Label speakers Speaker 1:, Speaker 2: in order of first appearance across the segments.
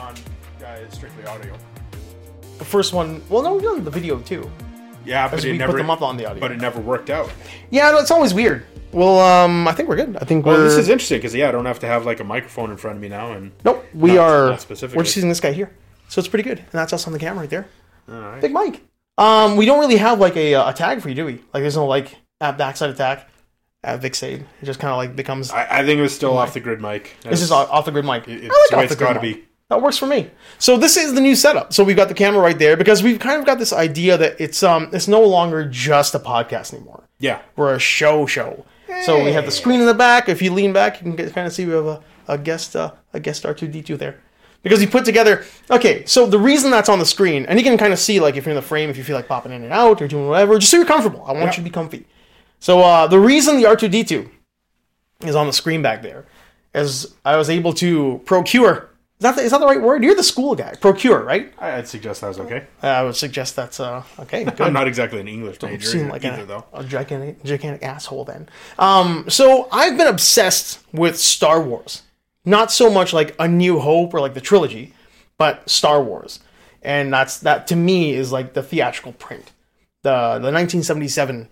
Speaker 1: uh, is strictly audio.
Speaker 2: The first one, well, no, we done the video too.
Speaker 1: Yeah, but
Speaker 2: As
Speaker 1: it
Speaker 2: we
Speaker 1: never
Speaker 2: put them up on the audio.
Speaker 1: But it never worked out.
Speaker 2: Yeah, that's always weird. Well, um, I think we're good. I think we're.
Speaker 1: Well, this is interesting because yeah, I don't have to have like a microphone in front of me now. And
Speaker 2: Nope, we
Speaker 1: Not-
Speaker 2: are.
Speaker 1: not specifically.
Speaker 2: We're just using this guy here, so it's pretty good, and that's us on the camera right there.
Speaker 1: all right.
Speaker 2: Big Mike. Um, we don't really have like a, uh, a tag for you, do we? Like, there's no like at backside attack at Vic Sade. It just kind of like becomes
Speaker 1: I, I think it was still off the grid mic.
Speaker 2: this is off the grid mic. I
Speaker 1: It's
Speaker 2: like
Speaker 1: the way
Speaker 2: off
Speaker 1: it's
Speaker 2: the grid
Speaker 1: got to
Speaker 2: mic.
Speaker 1: be.
Speaker 2: That works for me. So this is the new setup. So we've got the camera right there because we've kind of got this idea that it's um it's no longer just a podcast anymore.
Speaker 1: Yeah.
Speaker 2: We're a show show. So we have the screen in the back. If you lean back, you can get, kind of see we have a, a guest uh, a guest R two D two there because he put together. Okay, so the reason that's on the screen, and you can kind of see like if you're in the frame, if you feel like popping in and out or doing whatever, just so you're comfortable. I want you to be comfy. So uh, the reason the R two D two is on the screen back there is I was able to procure. Is that, the, is that the right word? You're the school guy. Procure, right?
Speaker 1: I- I'd suggest that was okay.
Speaker 2: Uh, I would suggest that's uh, okay. Good
Speaker 1: I'm not exactly an English major
Speaker 2: seem like
Speaker 1: either,
Speaker 2: a,
Speaker 1: though.
Speaker 2: a gigantic, gigantic asshole then. Um, so I've been obsessed with Star Wars. Not so much like A New Hope or like the trilogy, but Star Wars. And that's that to me is like the theatrical print. The the 1977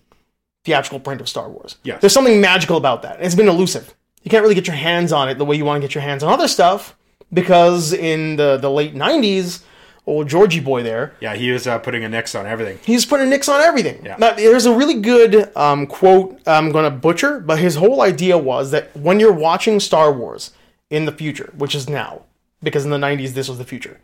Speaker 2: theatrical print of Star Wars.
Speaker 1: Yes.
Speaker 2: There's something magical about that. It's been elusive. You can't really get your hands on it the way you want to get your hands on other stuff because in the, the late 90s, old Georgie boy there,
Speaker 1: Yeah, he was uh, putting a nix on everything.
Speaker 2: He's putting nicks on everything. Now, there's a really good um, quote I'm going to butcher, but his whole idea was that when you're watching Star Wars in the future, which is now, because in the 90s this was the future,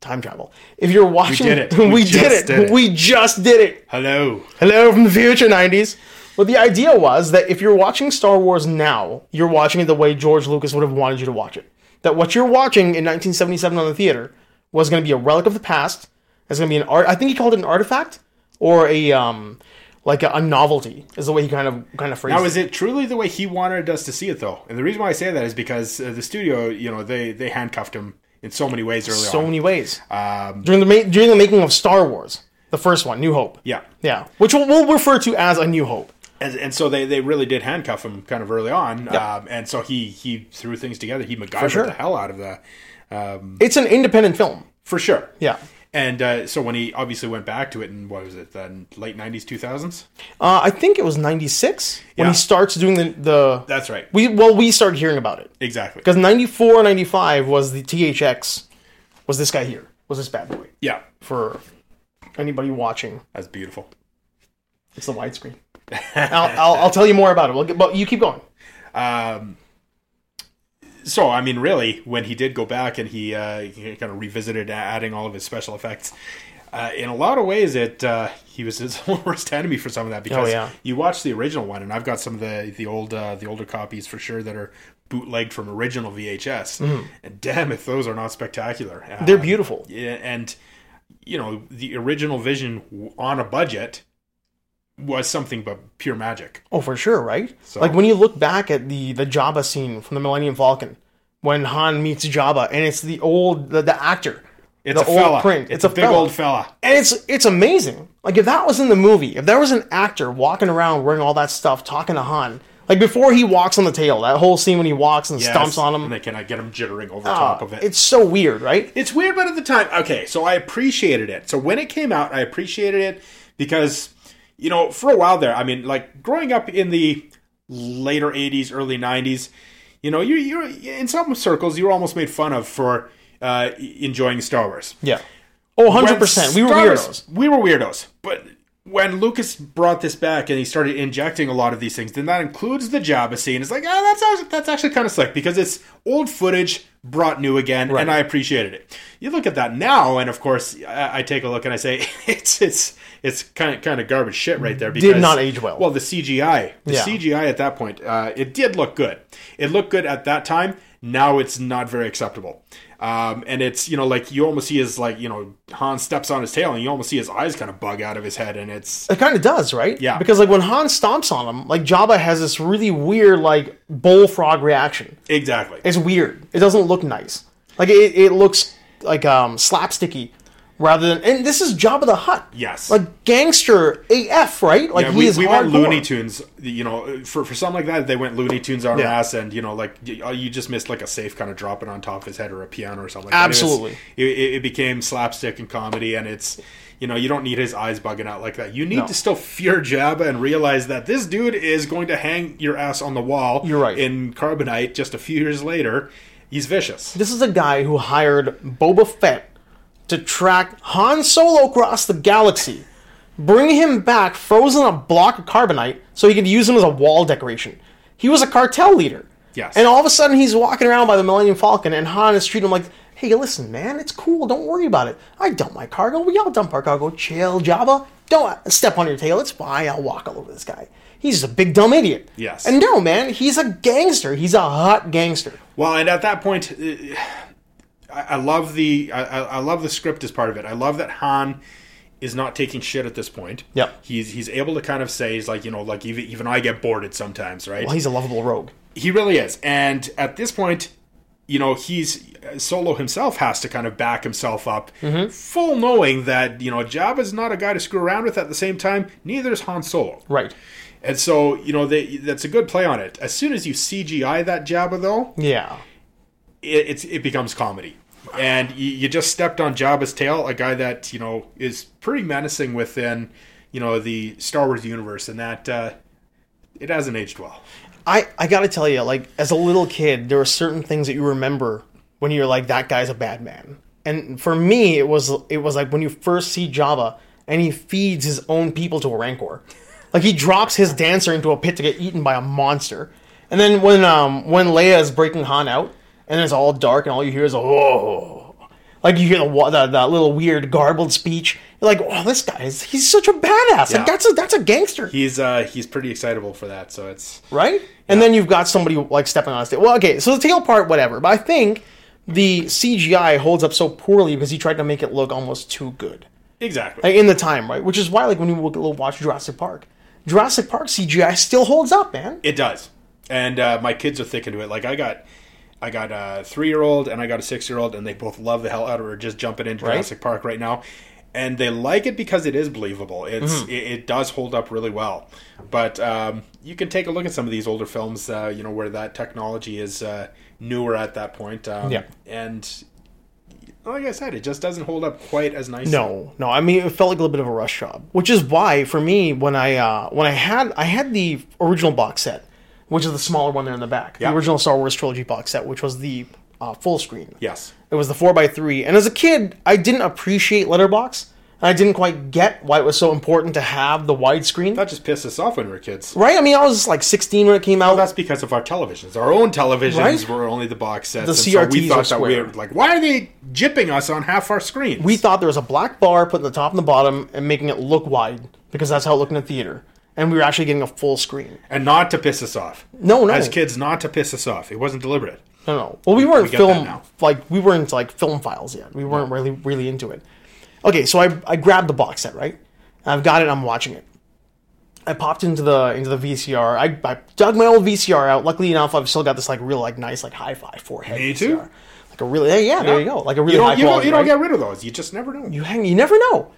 Speaker 2: time travel. If you're watching,
Speaker 1: did it.
Speaker 2: we,
Speaker 1: We
Speaker 2: did,
Speaker 1: just
Speaker 2: it.
Speaker 1: did it.
Speaker 2: We just did it.
Speaker 1: Hello.
Speaker 2: Hello from the future 90s. Well, the idea was that if you're watching Star Wars now, you're watching it the way George Lucas would have wanted you to watch it. That what you're watching in 1977 on the theater was going to be a relic of the past. It's going to be an art. I think he called it an artifact or a um, like a, a novelty is the way he kind of kind of phrased
Speaker 1: Now,
Speaker 2: it.
Speaker 1: is it truly the way he wanted us to see it, though? And the reason why I say that is because uh, the studio, you know, they they handcuffed him in so many ways early
Speaker 2: So
Speaker 1: on.
Speaker 2: many ways
Speaker 1: Um,
Speaker 2: during the ma- during the making of Star Wars, the first one, New Hope.
Speaker 1: yeah.
Speaker 2: yeah, which we'll, we'll refer to as a New Hope.
Speaker 1: And, and so they, they really did handcuff him kind of early on. Um, and so he he threw things together. He MacGyvered
Speaker 2: sure.
Speaker 1: the hell out of that. Um,
Speaker 2: It's an independent film.
Speaker 1: for sure.
Speaker 2: Yeah.
Speaker 1: And uh, so when he obviously went back to it in, what was it, then late 90s, 2000s?
Speaker 2: Uh, I think it was '96 when
Speaker 1: Yeah.
Speaker 2: he starts doing the the.
Speaker 1: That's right.
Speaker 2: we well we started hearing about it
Speaker 1: exactly.
Speaker 2: because 94 95 was the thx was this guy here was this bad boy
Speaker 1: Yeah.
Speaker 2: for anybody watching
Speaker 1: That's beautiful.
Speaker 2: it's the widescreen I'll, I'll, I'll tell you more about it we'll get, but you keep going
Speaker 1: Um, so I mean, really, when he did go back and he, uh, he kind of revisited a- adding all of his special effects, uh, in a lot of ways, it uh, he was his own worst enemy for some of that because
Speaker 2: Oh, yeah.
Speaker 1: you watch the original one, and I've got some of the the old uh, the older copies for sure that are bootlegged from original VHS, and damn if those are not spectacular. Uh,
Speaker 2: Mm-hmm. they're beautiful
Speaker 1: yeah, and you know the original vision w- on a budget was something but pure magic.
Speaker 2: oh for sure right like when you look back at the the jabba scene from the millennium falcon when han meets jabba and it's the old the, the actor
Speaker 1: It's
Speaker 2: the
Speaker 1: a fella.
Speaker 2: print
Speaker 1: It's, a, big
Speaker 2: fella.
Speaker 1: old fella.
Speaker 2: and it's it's amazing. Like if that was in the movie, if there was an actor walking around wearing all that stuff, talking to Han, like before he walks on the tail, that whole scene when he walks and stomps
Speaker 1: Yes,
Speaker 2: on him, Ah,
Speaker 1: And they cannot get him jittering over top of it. It's,
Speaker 2: it's so weird, right?
Speaker 1: weird, but at the time, okay, so I appreciated it. So when it came out, I appreciated it because, you know, for a while there, I mean, like growing up in the later 80s, early 90s, you know, you you're in some circles, you were almost made fun of for uh, enjoying Star Wars.
Speaker 2: Yeah. Oh, 100 percent. We were
Speaker 1: Star
Speaker 2: weirdos.
Speaker 1: Wars- We were weirdos. But when Lucas brought this back and he started injecting a lot of these things, then that includes the Jabba scene. It's like, ah, that's actually, that's actually kind of slick because it's old footage brought new again, and I appreciated it. You look at that now, and of course, I, I take a look and I say, it's it's it's kind of kind of garbage shit right there. Because,
Speaker 2: not age well.
Speaker 1: Well, Oh, the CGI, the
Speaker 2: Yeah.
Speaker 1: CGI at that point, uh, it did look good. It looked good at that time. Now it's not very acceptable. Um, and it's you know like you almost see his like you know Han steps on his tail and you almost see his eyes kind of bug out of his head and it's
Speaker 2: It kind of does, right?
Speaker 1: Yeah.
Speaker 2: Because like when Han stomps on him, like Jabba has this really weird like bullfrog reaction.
Speaker 1: exactly
Speaker 2: It's weird. It doesn't look nice. Like it, it looks like um slapsticky, rather than and this is Jabba the Hutt.
Speaker 1: Yes.
Speaker 2: Like gangster AF, right? Like
Speaker 1: Yeah,
Speaker 2: he
Speaker 1: we,
Speaker 2: is
Speaker 1: we went
Speaker 2: hardcore.
Speaker 1: Looney Tunes, you know, for, for something like that, they went Looney Tunes on
Speaker 2: Yeah.
Speaker 1: our ass, and you know, like y- uh, you just missed like a safe kind of dropping on top of his head or a piano or something. like that. It was-
Speaker 2: Absolutely.
Speaker 1: it, it, it became slapstick and comedy, and it's you know you don't need his eyes bugging out like that. You need
Speaker 2: No.
Speaker 1: to still fear Jabba and realize that this dude is going to hang your ass on the wall.
Speaker 2: You're right.
Speaker 1: In Carbonite, just a few years later, he's vicious.
Speaker 2: This is a guy who hired Boba Fett to track Han Solo across the galaxy, bring him back frozen on a block of carbonite so he could use him as a wall decoration. He was a cartel leader.
Speaker 1: Yes.
Speaker 2: And all of a sudden he's walking around by the Millennium Falcon and Han is treating him like, hey, listen, man, it's cool. Don't worry about it. I dump my cargo. We all dump our cargo. Chill, Jabba. Don't uh, step on your tail. It's fine. I'll walk all over this guy. He's a big dumb idiot.
Speaker 1: Yes.
Speaker 2: And no, man, he's a gangster. He's a hot gangster.
Speaker 1: Well, and at that point, uh, I, I love the I, I I love the script as part of it. I love that Han is not taking shit at this point.
Speaker 2: Yep.
Speaker 1: he's he's able to kind of say he's like you know like even even I get bored at sometimes, right?
Speaker 2: Well, he's a lovable rogue.
Speaker 1: he really is, and at this point. You know, he's uh, Solo himself has to kind of back himself up,
Speaker 2: Mm-hmm.
Speaker 1: full knowing that, you know, Jabba's not a guy to screw around with at the same time, neither is Han Solo.
Speaker 2: Right.
Speaker 1: And so, you know, they, that's a good play on it. As soon as you CGI that Jabba, though,
Speaker 2: Yeah.
Speaker 1: it, it's it becomes comedy. And you, you just stepped on Jabba's tail, a guy that you know is pretty menacing within you know the Star Wars universe, and that uh, it hasn't aged well.
Speaker 2: I, I gotta tell you, like, as a little kid, there were certain things that you remember when you're like, that guy's a bad man. And for me, it was it was like when you first see Jabba and he feeds his own people to a rancor. Like he drops his dancer into a pit to get eaten by a monster. And then when um when Leia is breaking Han out and it's all dark and all you hear is oh like you hear the, wa- the that little weird garbled speech. You're like, oh, this guy is he's such a badass.
Speaker 1: Yeah.
Speaker 2: Like that's a that's a gangster.
Speaker 1: He's uh, he's pretty excitable for that, so it's
Speaker 2: right? And then you've got somebody like stepping on his tail. Well, okay, so the tail part, whatever. But I think the CGI holds up so poorly because he tried to make it look almost too good
Speaker 1: exactly
Speaker 2: Like, in the time, right? Which is why, like, when you look- watch Jurassic Park, Jurassic Park CGI still holds up, man.
Speaker 1: it does. And uh, my kids are thick into it. Like I got. I got a three-year-old and I got a six-year-old, and they both love the hell out of her. Just jumping into Jurassic Park right now, and they like it because it is believable. It's
Speaker 2: Mm-hmm.
Speaker 1: it, it does hold up really well. But um, you can take a look at some of these older films, uh, you know, where that technology is uh, newer at that point. Um,
Speaker 2: Yeah.
Speaker 1: and like I said, it just doesn't hold up quite as nicely.
Speaker 2: No, no. I mean, it felt like a little bit of a rush job, which is why for me, when I uh, when I had I had the original box set, which is the smaller one there in the back,
Speaker 1: Yeah.
Speaker 2: the original Star Wars trilogy box set, which was the uh, full screen.
Speaker 1: Yes.
Speaker 2: It was the 4x3. And as a kid, I didn't appreciate letterbox. And I didn't quite get why it was so important to have the widescreen.
Speaker 1: That just pissed us off when we were kids.
Speaker 2: Right? I mean, I was like 16 when it came out.
Speaker 1: That's because of our televisions. Our own televisions
Speaker 2: Right?
Speaker 1: were only the box sets.
Speaker 2: The
Speaker 1: and
Speaker 2: CRTs
Speaker 1: we
Speaker 2: are
Speaker 1: thought that we
Speaker 2: square.
Speaker 1: were like, why are they jipping us on half our screens?
Speaker 2: we thought there was a black bar put in the top and the bottom and making it look wide because that's how it looked in the theater. And we were actually getting a full screen.
Speaker 1: and not to piss us off.
Speaker 2: No, no.
Speaker 1: As kids, not to piss us off. It wasn't deliberate.
Speaker 2: No, no. Well, we weren't
Speaker 1: get that
Speaker 2: film
Speaker 1: now.
Speaker 2: like we weren't like film files yet. We weren't really really into it. Okay, so I I grabbed the box set right. I've got it. I'm watching it. I popped into the into the VCR. I, I dug my old VCR out. Luckily enough, I've still got this like real like nice like hi-fi forehead.
Speaker 1: Me
Speaker 2: VCR.
Speaker 1: too.
Speaker 2: Like a really yeah, yeah, there you go. Like a really
Speaker 1: You
Speaker 2: high
Speaker 1: don't, you don't,
Speaker 2: quality.
Speaker 1: you don't
Speaker 2: right?
Speaker 1: get rid of those. You just never know.
Speaker 2: you hang you never know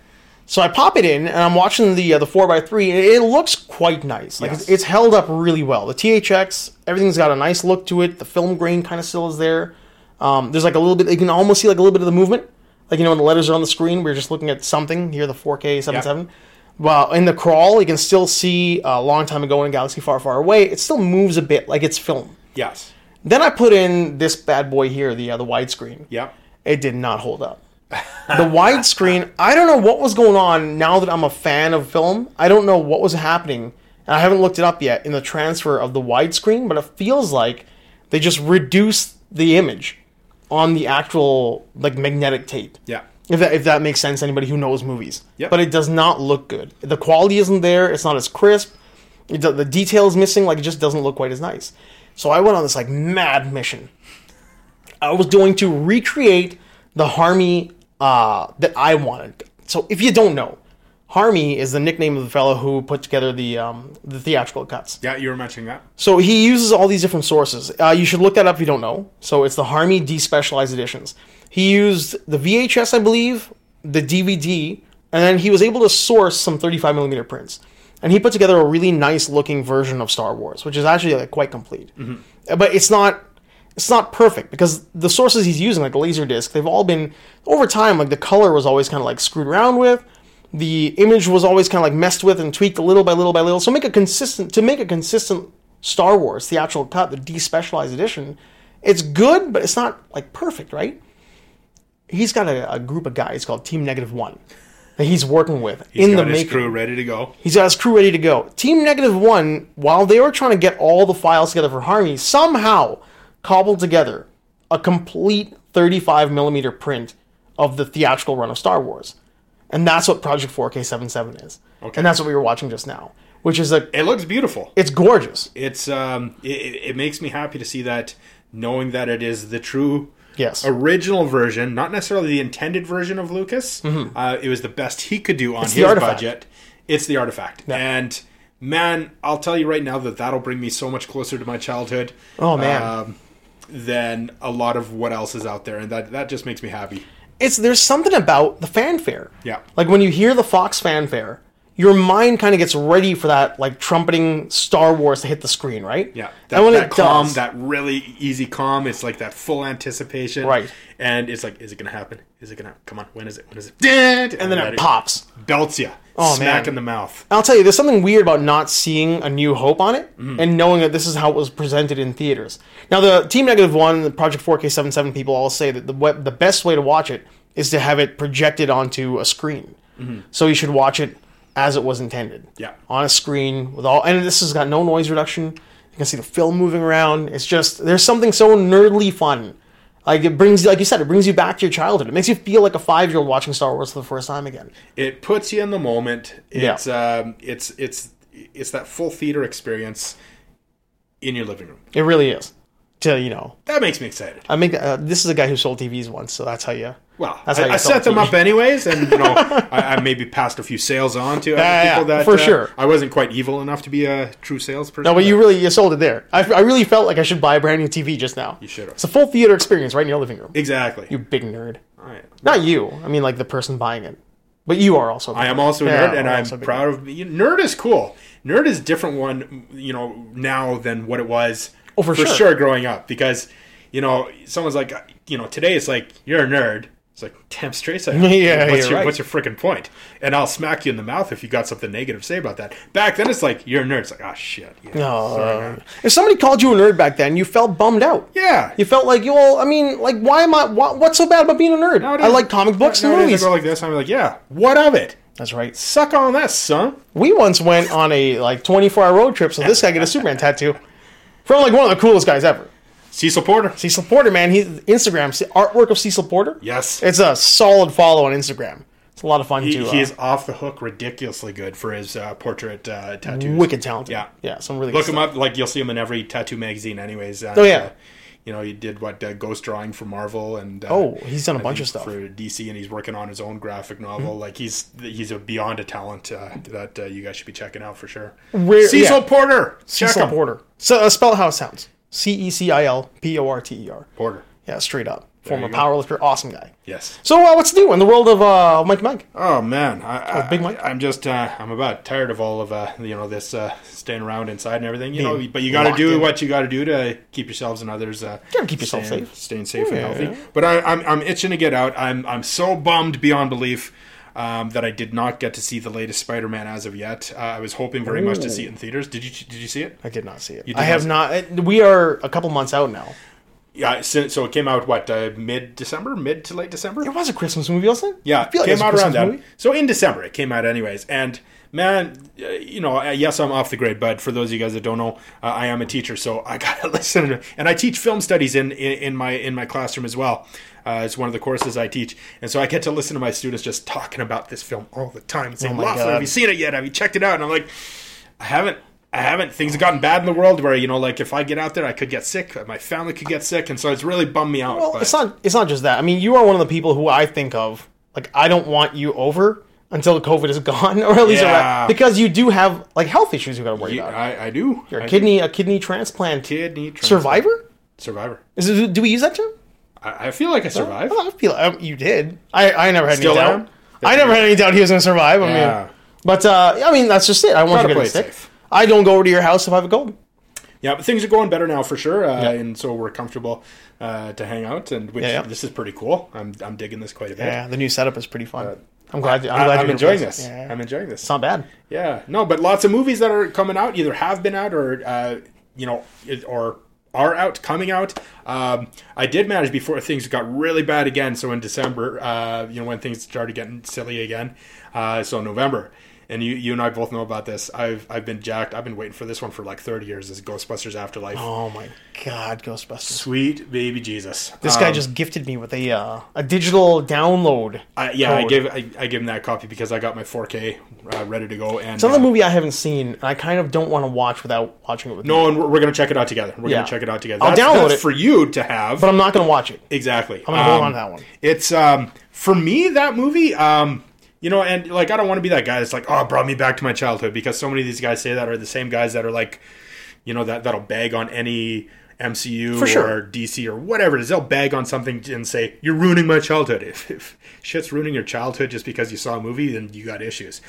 Speaker 2: so i pop it in and i'm watching the uh, the 4x3 and it looks quite nice like
Speaker 1: Yes.
Speaker 2: it's, it's held up really well the thx everything's got a nice look to it the film grain kind of still is there um, there's like a little bit you can almost see like a little bit of the movement like you know when the letters are on the screen we we're just looking at something here the 4k 77 well in the crawl you can still see uh, a long time ago in a galaxy far far away it still moves a bit like it's film
Speaker 1: yes.
Speaker 2: then i put in this bad boy here the uh, the widescreen
Speaker 1: Yep.
Speaker 2: it did not hold up. The widescreen, I don't know what was going on now that I'm a fan of film. I don't know what was happening, and I haven't looked it up yet in the transfer of the widescreen, but it feels like they just reduced the image on the actual like magnetic tape.
Speaker 1: Yeah.
Speaker 2: If that, if that makes sense to anybody who knows movies.
Speaker 1: Yep.
Speaker 2: But it does not look good. The quality isn't there. It's not as crisp. It, do- the details missing. Like, it just doesn't look quite as nice. So I went on this, like, mad mission. I was going to recreate the Harmy uh, that I wanted. So if you don't know, Harmy is the nickname of the fellow who put together the, um, the theatrical cuts.
Speaker 1: Yeah, you were mentioning that.
Speaker 2: So he uses all these different sources. Uh, you should look that up if you don't know. So it's the Harmy Despecialized Editions. He used the VHS, I believe, the DVD, and then he was able to source some 35 millimeter prints. And he put together a really nice looking version of Star Wars, which is actually like quite complete. But it's not it's not perfect because the sources he's using, like Laserdisc, they've all been over time. Like the color was always kind of like screwed around with. The image was always kind of like messed with and tweaked a little by little by little. So make a consistent to make a consistent Star Wars theatrical cut, the despecialized edition. It's good, but it's not like perfect, right? He's got a, a group of guys called Team Negative One that he's working with in the
Speaker 1: got his
Speaker 2: making.
Speaker 1: crew ready to go.
Speaker 2: He's got his crew ready to go. Team Negative One, while they were trying to get all the files together for Harmony, somehow cobbled together a complete 35 millimeter print of the theatrical run of Star Wars, and that's what Project 4K77 is. And that's what we were watching just now, which is a
Speaker 1: It looks beautiful.
Speaker 2: it's gorgeous.
Speaker 1: It's um, it, it it makes me happy to see that, knowing that it is the true
Speaker 2: Yes,
Speaker 1: original version, not necessarily the intended version of Lucas. Uh, it was the best he could do on
Speaker 2: Mm-hmm. the
Speaker 1: his
Speaker 2: artifact.
Speaker 1: budget. It's the artifact, and man, I'll tell you right now that that'll bring me so much closer to my childhood.
Speaker 2: Oh, man.
Speaker 1: um, than a lot of what else is out there, and that that just makes me happy.
Speaker 2: it's there's something about the fanfare.
Speaker 1: Yeah.
Speaker 2: Like when you hear the Fox fanfare, your mind kind of gets ready for that like trumpeting Star Wars to hit the screen, right?
Speaker 1: Yeah, that,
Speaker 2: That, and when
Speaker 1: that
Speaker 2: it
Speaker 1: calm,
Speaker 2: does,
Speaker 1: that really easy calm. It's like that full anticipation,
Speaker 2: Right.
Speaker 1: And it's like, is it gonna happen? Is it gonna come on? When is it? When is it? And,
Speaker 2: and then it pops.
Speaker 1: belts you,
Speaker 2: Oh,
Speaker 1: smack
Speaker 2: man.
Speaker 1: in the mouth.
Speaker 2: I'll tell you, there's something weird about not seeing A New Hope on it and knowing that this is how it was presented in theaters. Now, the Team Negative One, the Project 4K77 people all say that the, we- the best way to watch it is to have it projected onto a screen. So you should watch it as it was intended.
Speaker 1: Yeah.
Speaker 2: On a screen with all, and this has got no noise reduction. You can see the film moving around. It's just, there's something so nerdly fun. Like it brings, like you said, it brings you back to your childhood. It makes you feel like a five-year-old watching Star Wars for the first time again.
Speaker 1: It puts you in the moment.
Speaker 2: Yeah.
Speaker 1: It's um, it's it's it's that full theater experience in your living room.
Speaker 2: It really is. To you know,
Speaker 1: That makes me excited.
Speaker 2: I make uh, this is a guy who sold TVs once, so that's how you.
Speaker 1: Well,
Speaker 2: That's how
Speaker 1: I,
Speaker 2: you
Speaker 1: I
Speaker 2: sell
Speaker 1: set them
Speaker 2: TV.
Speaker 1: up anyways, and you know, I, I maybe passed a few sales on to other
Speaker 2: Yeah, yeah,
Speaker 1: people that
Speaker 2: for
Speaker 1: uh,
Speaker 2: sure.
Speaker 1: I wasn't quite evil enough to be a true salesperson.
Speaker 2: No, but you really you sold it there. I, I really felt like I should buy a brand new TV just now. You
Speaker 1: should've.
Speaker 2: It's a full theater experience right in your living room.
Speaker 1: exactly.
Speaker 2: You big nerd.
Speaker 1: All right.
Speaker 2: Not you. I mean, like the person buying it, but you are also.
Speaker 1: I am also a
Speaker 2: Yeah,
Speaker 1: nerd, and
Speaker 2: I'm
Speaker 1: I'm
Speaker 2: also a big
Speaker 1: proud of. you- Nerd is cool. Nerd is a different one, you know, now than what it was
Speaker 2: Oh, for sure.
Speaker 1: growing up because, you know, someone's like, you know, today it's like you're a nerd. It's like damn straight side.
Speaker 2: Yeah,
Speaker 1: what's
Speaker 2: you're
Speaker 1: your
Speaker 2: right.
Speaker 1: what's your freaking point? And I'll smack you in the mouth if you got something negative to say about that. Back then, it's like you're a nerd. It's like ah shit. Yeah.
Speaker 2: Oh, if somebody called you a nerd back then, you felt bummed out.
Speaker 1: Yeah.
Speaker 2: You felt like you all. I mean, like, why am I? What, what's so bad about being a nerd?
Speaker 1: Nowadays-
Speaker 2: I like comic books and
Speaker 1: nowadays
Speaker 2: movies.
Speaker 1: I go like this. I'm like, yeah. What of it?
Speaker 2: That's right.
Speaker 1: Suck on that, son.
Speaker 2: We once went on a like 24 hour road trip, so this guy got a Superman tattoo from like one of the coolest guys ever.
Speaker 1: Cecil Porter.
Speaker 2: Cecil Porter, man, he's Instagram C- artwork of Cecil Porter.
Speaker 1: Yes.
Speaker 2: it's a solid follow on Instagram. It's a lot of fun
Speaker 1: He,
Speaker 2: too. uh,
Speaker 1: he is off the hook ridiculously good for his uh, portrait uh, tattoos.
Speaker 2: wicked talented.
Speaker 1: Yeah.
Speaker 2: yeah, some really
Speaker 1: Look
Speaker 2: good
Speaker 1: him up. Like you'll see him in every tattoo magazine, anyways. And,
Speaker 2: Oh, yeah.
Speaker 1: uh, you know he did what uh, ghost drawing for Marvel and uh,
Speaker 2: Oh, he's done a
Speaker 1: I
Speaker 2: bunch
Speaker 1: think
Speaker 2: of stuff. Mm-hmm.
Speaker 1: for DC, and he's working on his own graphic novel. Like he's he's a beyond a talent uh, that uh, you guys should be checking out for sure.
Speaker 2: Where-
Speaker 1: Cecil
Speaker 2: yeah.
Speaker 1: Porter, check
Speaker 2: Cecil
Speaker 1: him. Porter.
Speaker 2: Porter. So uh, spell it how it sounds: C E C I L P O R T E R. Yeah, straight up. Former
Speaker 1: you go.
Speaker 2: powerlifter, awesome guy.
Speaker 1: yes.
Speaker 2: So uh, what's new in the world of uh, Mike Mike?
Speaker 1: Oh man, I, I,
Speaker 2: Big Mike?
Speaker 1: I'm just uh, I'm about tired of all of uh, you know this uh, staying around inside and everything. You know,
Speaker 2: Being
Speaker 1: but you got to
Speaker 2: locked
Speaker 1: do
Speaker 2: in.
Speaker 1: what you got to do to keep yourselves and others. Uh,
Speaker 2: Gotta keep yourself
Speaker 1: staying,
Speaker 2: safe.
Speaker 1: staying safe
Speaker 2: Yeah.
Speaker 1: and healthy. But I, I'm I'm itching to get out. I'm I'm so bummed beyond belief. Um, that I did not get to see the latest Spider-Man as of yet. Uh, I was hoping very much to see it in theaters. Did you did you see it?
Speaker 2: I did not see it.
Speaker 1: did
Speaker 2: I have not. it- We are a couple months out now.
Speaker 1: Yeah. So, so it came out what uh, mid December, mid to late December.
Speaker 2: It was a Christmas movie, wasn't it?
Speaker 1: Yeah,
Speaker 2: I feel like it was
Speaker 1: came
Speaker 2: a
Speaker 1: out
Speaker 2: Christmas
Speaker 1: around that.
Speaker 2: movie.
Speaker 1: So in December, it came out anyways. And man, uh, you know, uh, yes, I'm off the grid, but for those of you guys that don't know, uh, I am a teacher, so I gotta listen. to- And I teach film studies in in, in my in my classroom as well. Uh, it's one of the courses I teach, and so I get to listen to my students just talking about this film all the time. Saying,
Speaker 2: Oh my
Speaker 1: "Loffler,
Speaker 2: God.
Speaker 1: have you seen it yet? Have you checked it out?" And I'm like, I haven't. I haven't. Things have gotten bad in the world where you know, like if I get out there, I could get sick. My family could get sick, and so it's really bummed me out.
Speaker 2: Well,
Speaker 1: but-
Speaker 2: it's not. It's not just that. I mean, you are one of the people who I think of. Like, I don't want you over until COVID is gone, or at least
Speaker 1: Yeah.
Speaker 2: around- because you do have like health issues you got to worry
Speaker 1: You-
Speaker 2: about.
Speaker 1: I, I do. You're
Speaker 2: A kidney, a kidney transplant
Speaker 1: kidney transplant.
Speaker 2: survivor.
Speaker 1: survivor.
Speaker 2: Is it, do we use that term?
Speaker 1: I, I feel like I survived.
Speaker 2: Well, I feel um, you did. I, I never had
Speaker 1: Still
Speaker 2: any
Speaker 1: am?
Speaker 2: doubt. I never had any doubt he was going to survive. I
Speaker 1: Yeah.
Speaker 2: mean, but uh, I mean that's just it. I want
Speaker 1: Gotta
Speaker 2: you to
Speaker 1: play
Speaker 2: get
Speaker 1: it
Speaker 2: sick.
Speaker 1: safe.
Speaker 2: I don't go over to your house if I have a cold.
Speaker 1: Yeah, but things are going better now for sure, uh,
Speaker 2: Yeah.
Speaker 1: and so we're comfortable uh, to hang out. And which,
Speaker 2: Yeah, yeah.
Speaker 1: this is pretty cool. I'm I'm digging this quite a bit.
Speaker 2: Yeah, the new setup is pretty fun. I'm glad. You, I'm
Speaker 1: I,
Speaker 2: glad
Speaker 1: am
Speaker 2: you're
Speaker 1: enjoying
Speaker 2: impressed.
Speaker 1: this.
Speaker 2: Yeah.
Speaker 1: I'm enjoying this.
Speaker 2: it's not bad.
Speaker 1: Yeah, no, but lots of movies that are coming out either have been out or uh, you know it- or are out coming out. Um, I did manage before things got really bad again. So in December, uh, you know when things started getting silly again. Uh, so November, and you you and I both know about this. I've I've been jacked. I've been waiting for this one for like thirty years. Is Ghostbusters Afterlife?
Speaker 2: Oh my god, Ghostbusters!
Speaker 1: Sweet baby Jesus!
Speaker 2: This guy just gifted me with a uh, a digital download.
Speaker 1: Uh, I, yeah, I
Speaker 2: code.
Speaker 1: gave I, I gave him that copy because I got my 4K uh, ready to go. And
Speaker 2: It's another
Speaker 1: uh,
Speaker 2: movie I haven't seen, and I kind of don't want to watch without watching it with you.
Speaker 1: no, and we're, we're gonna check it out together. We're
Speaker 2: Yeah.
Speaker 1: gonna check it out together.
Speaker 2: I'll
Speaker 1: That's-
Speaker 2: download
Speaker 1: that's
Speaker 2: it.
Speaker 1: for you to have.
Speaker 2: But I'm not going to watch it.
Speaker 1: Exactly.
Speaker 2: I'm going to hold
Speaker 1: Um,
Speaker 2: on to that one.
Speaker 1: It's um for me that movie um you know and like I don't want to be that guy that's like oh it brought me back to my childhood because so many of these guys say that are the same guys that are like you know that that'll bag on any MCU
Speaker 2: For sure.
Speaker 1: or DC or whatever it is they'll bag on something and say you're ruining my childhood if, if shit's ruining your childhood just because you saw a movie then you got issues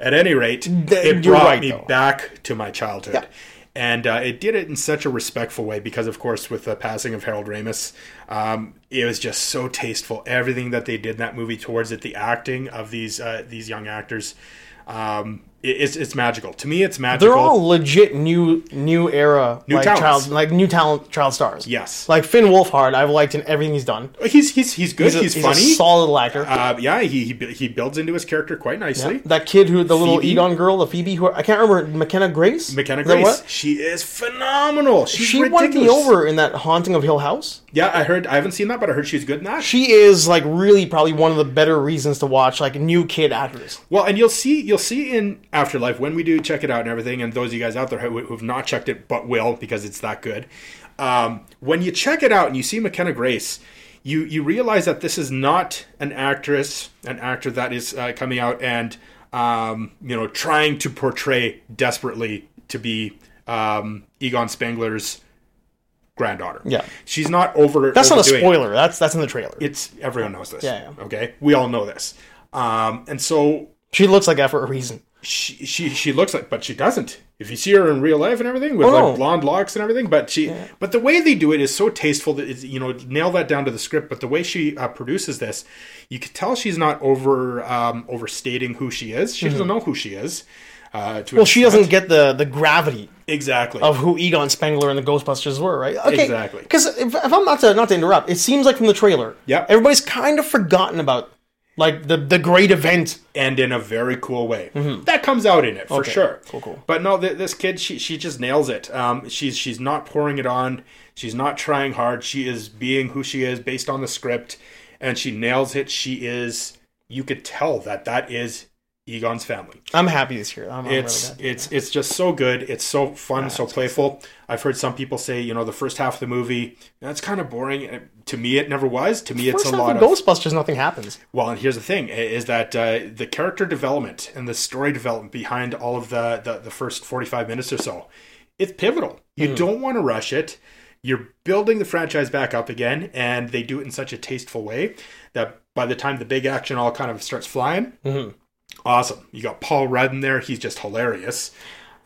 Speaker 1: at any rate it
Speaker 2: you're
Speaker 1: brought
Speaker 2: right,
Speaker 1: me
Speaker 2: though.
Speaker 1: back to my childhood. And uh, it did it in such a respectful way because, of course, with the passing of Harold Ramis, um, it was just so tasteful. Everything that they did in that movie towards it, the acting of these uh, these young actors, um, it, it's it's magical. To me, it's magical.
Speaker 2: They're all legit new new era new like
Speaker 1: talents.
Speaker 2: child like new talent child stars.
Speaker 1: Yes.
Speaker 2: Like Finn Wolfhard, I've liked in everything he's done.
Speaker 1: he's he's he's good. He's,
Speaker 2: a,
Speaker 1: funny.
Speaker 2: He's a solid actor.
Speaker 1: uh, yeah, he, he bu- he builds into his character quite nicely.
Speaker 2: that kid who the little
Speaker 1: Phoebe?
Speaker 2: Egon girl, the Phoebe who I can't remember McKenna Grace?
Speaker 1: McKenna
Speaker 2: Is that
Speaker 1: Grace,
Speaker 2: what?
Speaker 1: she is phenomenal. She's
Speaker 2: She
Speaker 1: ridiculous.
Speaker 2: won me over in that Haunting of Hill House.
Speaker 1: Yeah, I heard. I haven't seen that, but I heard she's good in that.
Speaker 2: She is like really probably one of the better reasons to watch like new kid actors.
Speaker 1: Well, and you'll see you'll see in Afterlife when we do check it out and everything, and those of you guys out there who, who've not checked it but will because it's that good. Um, when you check it out and you see McKenna Grace, you you realize that this is not an actress, an actor that is uh, coming out and um, you know trying to portray desperately to be um, Egon Spengler's granddaughter.
Speaker 2: Yeah.
Speaker 1: she's not over.
Speaker 2: That's not a
Speaker 1: overdoing it
Speaker 2: spoiler. That's that's in the trailer.
Speaker 1: it's everyone knows this.
Speaker 2: Yeah, yeah.
Speaker 1: Okay. We all know this. Um, and so
Speaker 2: She looks like that for a reason.
Speaker 1: she, she she looks like, but she doesn't. If you see her in real life and everything with
Speaker 2: Oh,
Speaker 1: like
Speaker 2: no.
Speaker 1: blonde locks and everything, but she, but the way they do it is so tasteful that it's, you know nail that down to the script. But the way she uh, produces this, you can tell she's not over um, overstating who she is. She doesn't know who she is. Uh, to
Speaker 2: Mm-hmm. Well, she doesn't get the the gravity
Speaker 1: exactly.
Speaker 2: of who Egon Spengler and the Ghostbusters were, right? Okay,
Speaker 1: Exactly.
Speaker 2: Because if, if I'm not to not to interrupt, it seems like from the trailer,
Speaker 1: Yep.
Speaker 2: everybody's kind of forgotten about like the the great event.
Speaker 1: and in a very cool way. That comes out in it for sure.
Speaker 2: Mm-hmm. Cool, cool.
Speaker 1: But no, th- this kid, she she just nails it. Um, she's she's not pouring it on. She's not trying hard. She is being who she is based on the script, and she nails it. She is. You could tell that that is Egon's family.
Speaker 2: I'm happy this year. I'm, I'm
Speaker 1: It's
Speaker 2: really
Speaker 1: it's it's just so good. It's so fun, so playful. I've heard some people say, you know, the first half of the movie that's kind of boring. Uh, To me, it never was. To me,
Speaker 2: good.
Speaker 1: it's
Speaker 2: First
Speaker 1: a lot
Speaker 2: half
Speaker 1: of
Speaker 2: of Ghostbusters, nothing happens.
Speaker 1: well, and here's the thing: i- is that uh, the character development and the story development behind all of the the, the first 45 minutes or so, it's pivotal. You
Speaker 2: Hmm.
Speaker 1: don't want to rush it. You're building the franchise back up again, and they do it in such a tasteful way that by the time the big action all kind of starts flying,
Speaker 2: Mm-hmm.
Speaker 1: awesome. You got Paul Rudd in there; he's just hilarious.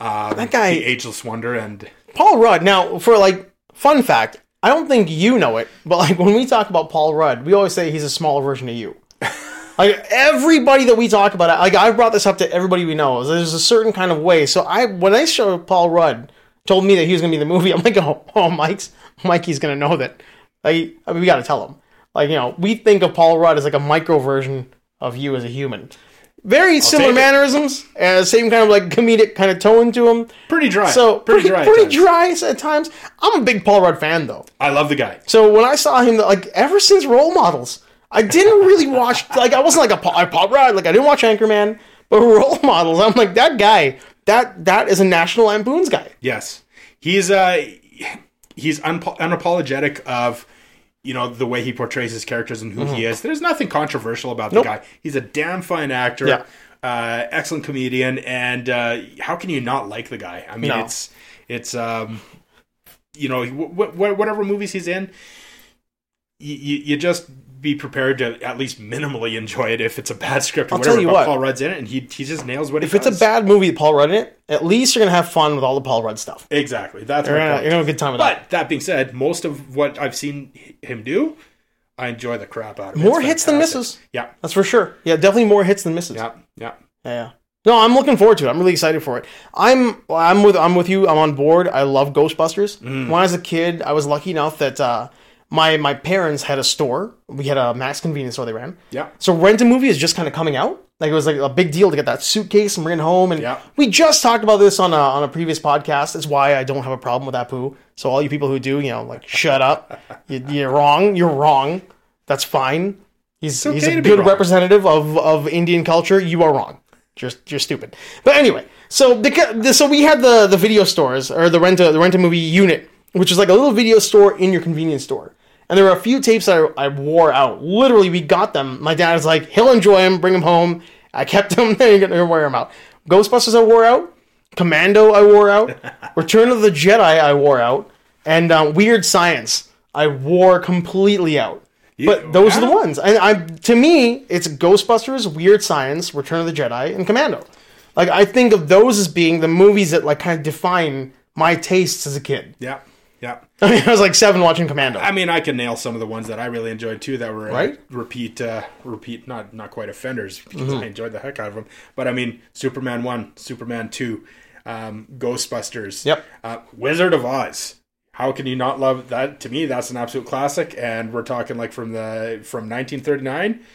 Speaker 1: Um, that
Speaker 2: guy-
Speaker 1: the ageless wonder, and
Speaker 2: Paul Rudd. Now, for like fun fact, I don't think you know it, but like when we talk about Paul Rudd, we always say he's a smaller version of you. like everybody that we talk about, like I brought this up to everybody we know. is There's a certain kind of way. So I, when I show Paul Rudd, told me that he was gonna be in the movie, I'm like, oh, oh Mike's, Mikey's gonna know that. Like, I mean, we gotta tell him. Like, you know, we think of Paul Rudd as like a micro version of you as a human. Very similar
Speaker 1: take it.
Speaker 2: mannerisms, uh, same kind of like comedic kind of tone to him.
Speaker 1: pretty dry.
Speaker 2: So pretty,
Speaker 1: dry. at
Speaker 2: pretty
Speaker 1: times.
Speaker 2: dry at times. I'm a big Paul Rudd fan though.
Speaker 1: I love the guy.
Speaker 2: So when I saw him, like ever since Role Models, I didn't really watch. Like I wasn't like a Paul, I Paul Rudd. Like I didn't watch Anchorman, but Role Models, I'm like that guy. That that is a National Lampoon's guy.
Speaker 1: Yes, he's uh he's unpo unapologetic of you know the way he portrays his characters and who he
Speaker 2: Mm-hmm.
Speaker 1: is. There's nothing controversial about the guy. He's a damn fine actor,
Speaker 2: Yeah.
Speaker 1: uh, excellent comedian, and uh, how can you not like the guy? I mean,
Speaker 2: No.
Speaker 1: it's it's um you know wh- wh- wh- whatever movies he's in. you, you, you just be prepared to at least minimally enjoy it if it's a bad script or
Speaker 2: I'll
Speaker 1: whatever.
Speaker 2: tell you
Speaker 1: but
Speaker 2: what.
Speaker 1: Paul Rudd's in it, and he he just nails what
Speaker 2: If
Speaker 1: he
Speaker 2: it's a
Speaker 1: does.
Speaker 2: bad movie with Paul Rudd in it, at least you're gonna have fun with all the Paul Rudd stuff.
Speaker 1: exactly that's
Speaker 2: You're
Speaker 1: my
Speaker 2: gonna,
Speaker 1: point.
Speaker 2: you're gonna have a good time with that.
Speaker 1: But that being said, most of what I've seen him do, I enjoy the crap out of. it.
Speaker 2: More
Speaker 1: It's
Speaker 2: hits than
Speaker 1: fantastic.
Speaker 2: misses.
Speaker 1: Yeah,
Speaker 2: That's for sure. Yeah, definitely more hits than misses.
Speaker 1: yeah, yeah.
Speaker 2: Yeah. No, I'm looking forward to it. I'm really excited for it. I'm I'm with I'm with you. I'm on board. I love Ghostbusters.
Speaker 1: Mm.
Speaker 2: When I was a kid, I was lucky enough that uh, my my parents had a store. We had a Max convenience store they ran.
Speaker 1: Yeah.
Speaker 2: So rent a movie is just kind of coming out. Like it was like a big deal to get that suitcase and bring it home. And
Speaker 1: Yeah.
Speaker 2: we just talked about this on a, on a previous podcast. It's why I don't have a problem with Apu. So all you people who do, you know, like shut up. You, you're wrong. You're wrong. That's fine. He's he's
Speaker 1: okay
Speaker 2: a
Speaker 1: to be
Speaker 2: good
Speaker 1: wrong.
Speaker 2: representative of of Indian culture. You are wrong. You're, you're stupid. But anyway, so because so we had the the video stores or the rent a, the rent a movie unit, which is like a little video store in your convenience store. And there were a few tapes that I, I wore out. Literally, we got them. My dad was like, "He'll enjoy them. Bring them home." I kept them. They're gonna wear them out. Ghostbusters I wore out. Commando I wore out. Return of the Jedi I wore out. And uh, Weird Science I wore completely out. But those are the
Speaker 1: yeah.
Speaker 2: ones. And I, to me, it's Ghostbusters, Weird Science, Return of the Jedi, and Commando. Like I think of those as being the movies that like kind of define my tastes as a kid.
Speaker 1: Yeah, yeah.
Speaker 2: I mean, I was like seven watching Commando.
Speaker 1: I mean, I can nail some of the ones that I really enjoyed too. That were uh,
Speaker 2: Right?
Speaker 1: repeat, uh, repeat. Not not quite offenders because
Speaker 2: Mm-hmm.
Speaker 1: I enjoyed the heck out of them. But I mean, Superman one, Superman two, um, Ghostbusters.
Speaker 2: Yep.
Speaker 1: Uh, Wizard of Oz. How can you not love that? To me, that's an absolute classic. And we're talking like from the from 1939.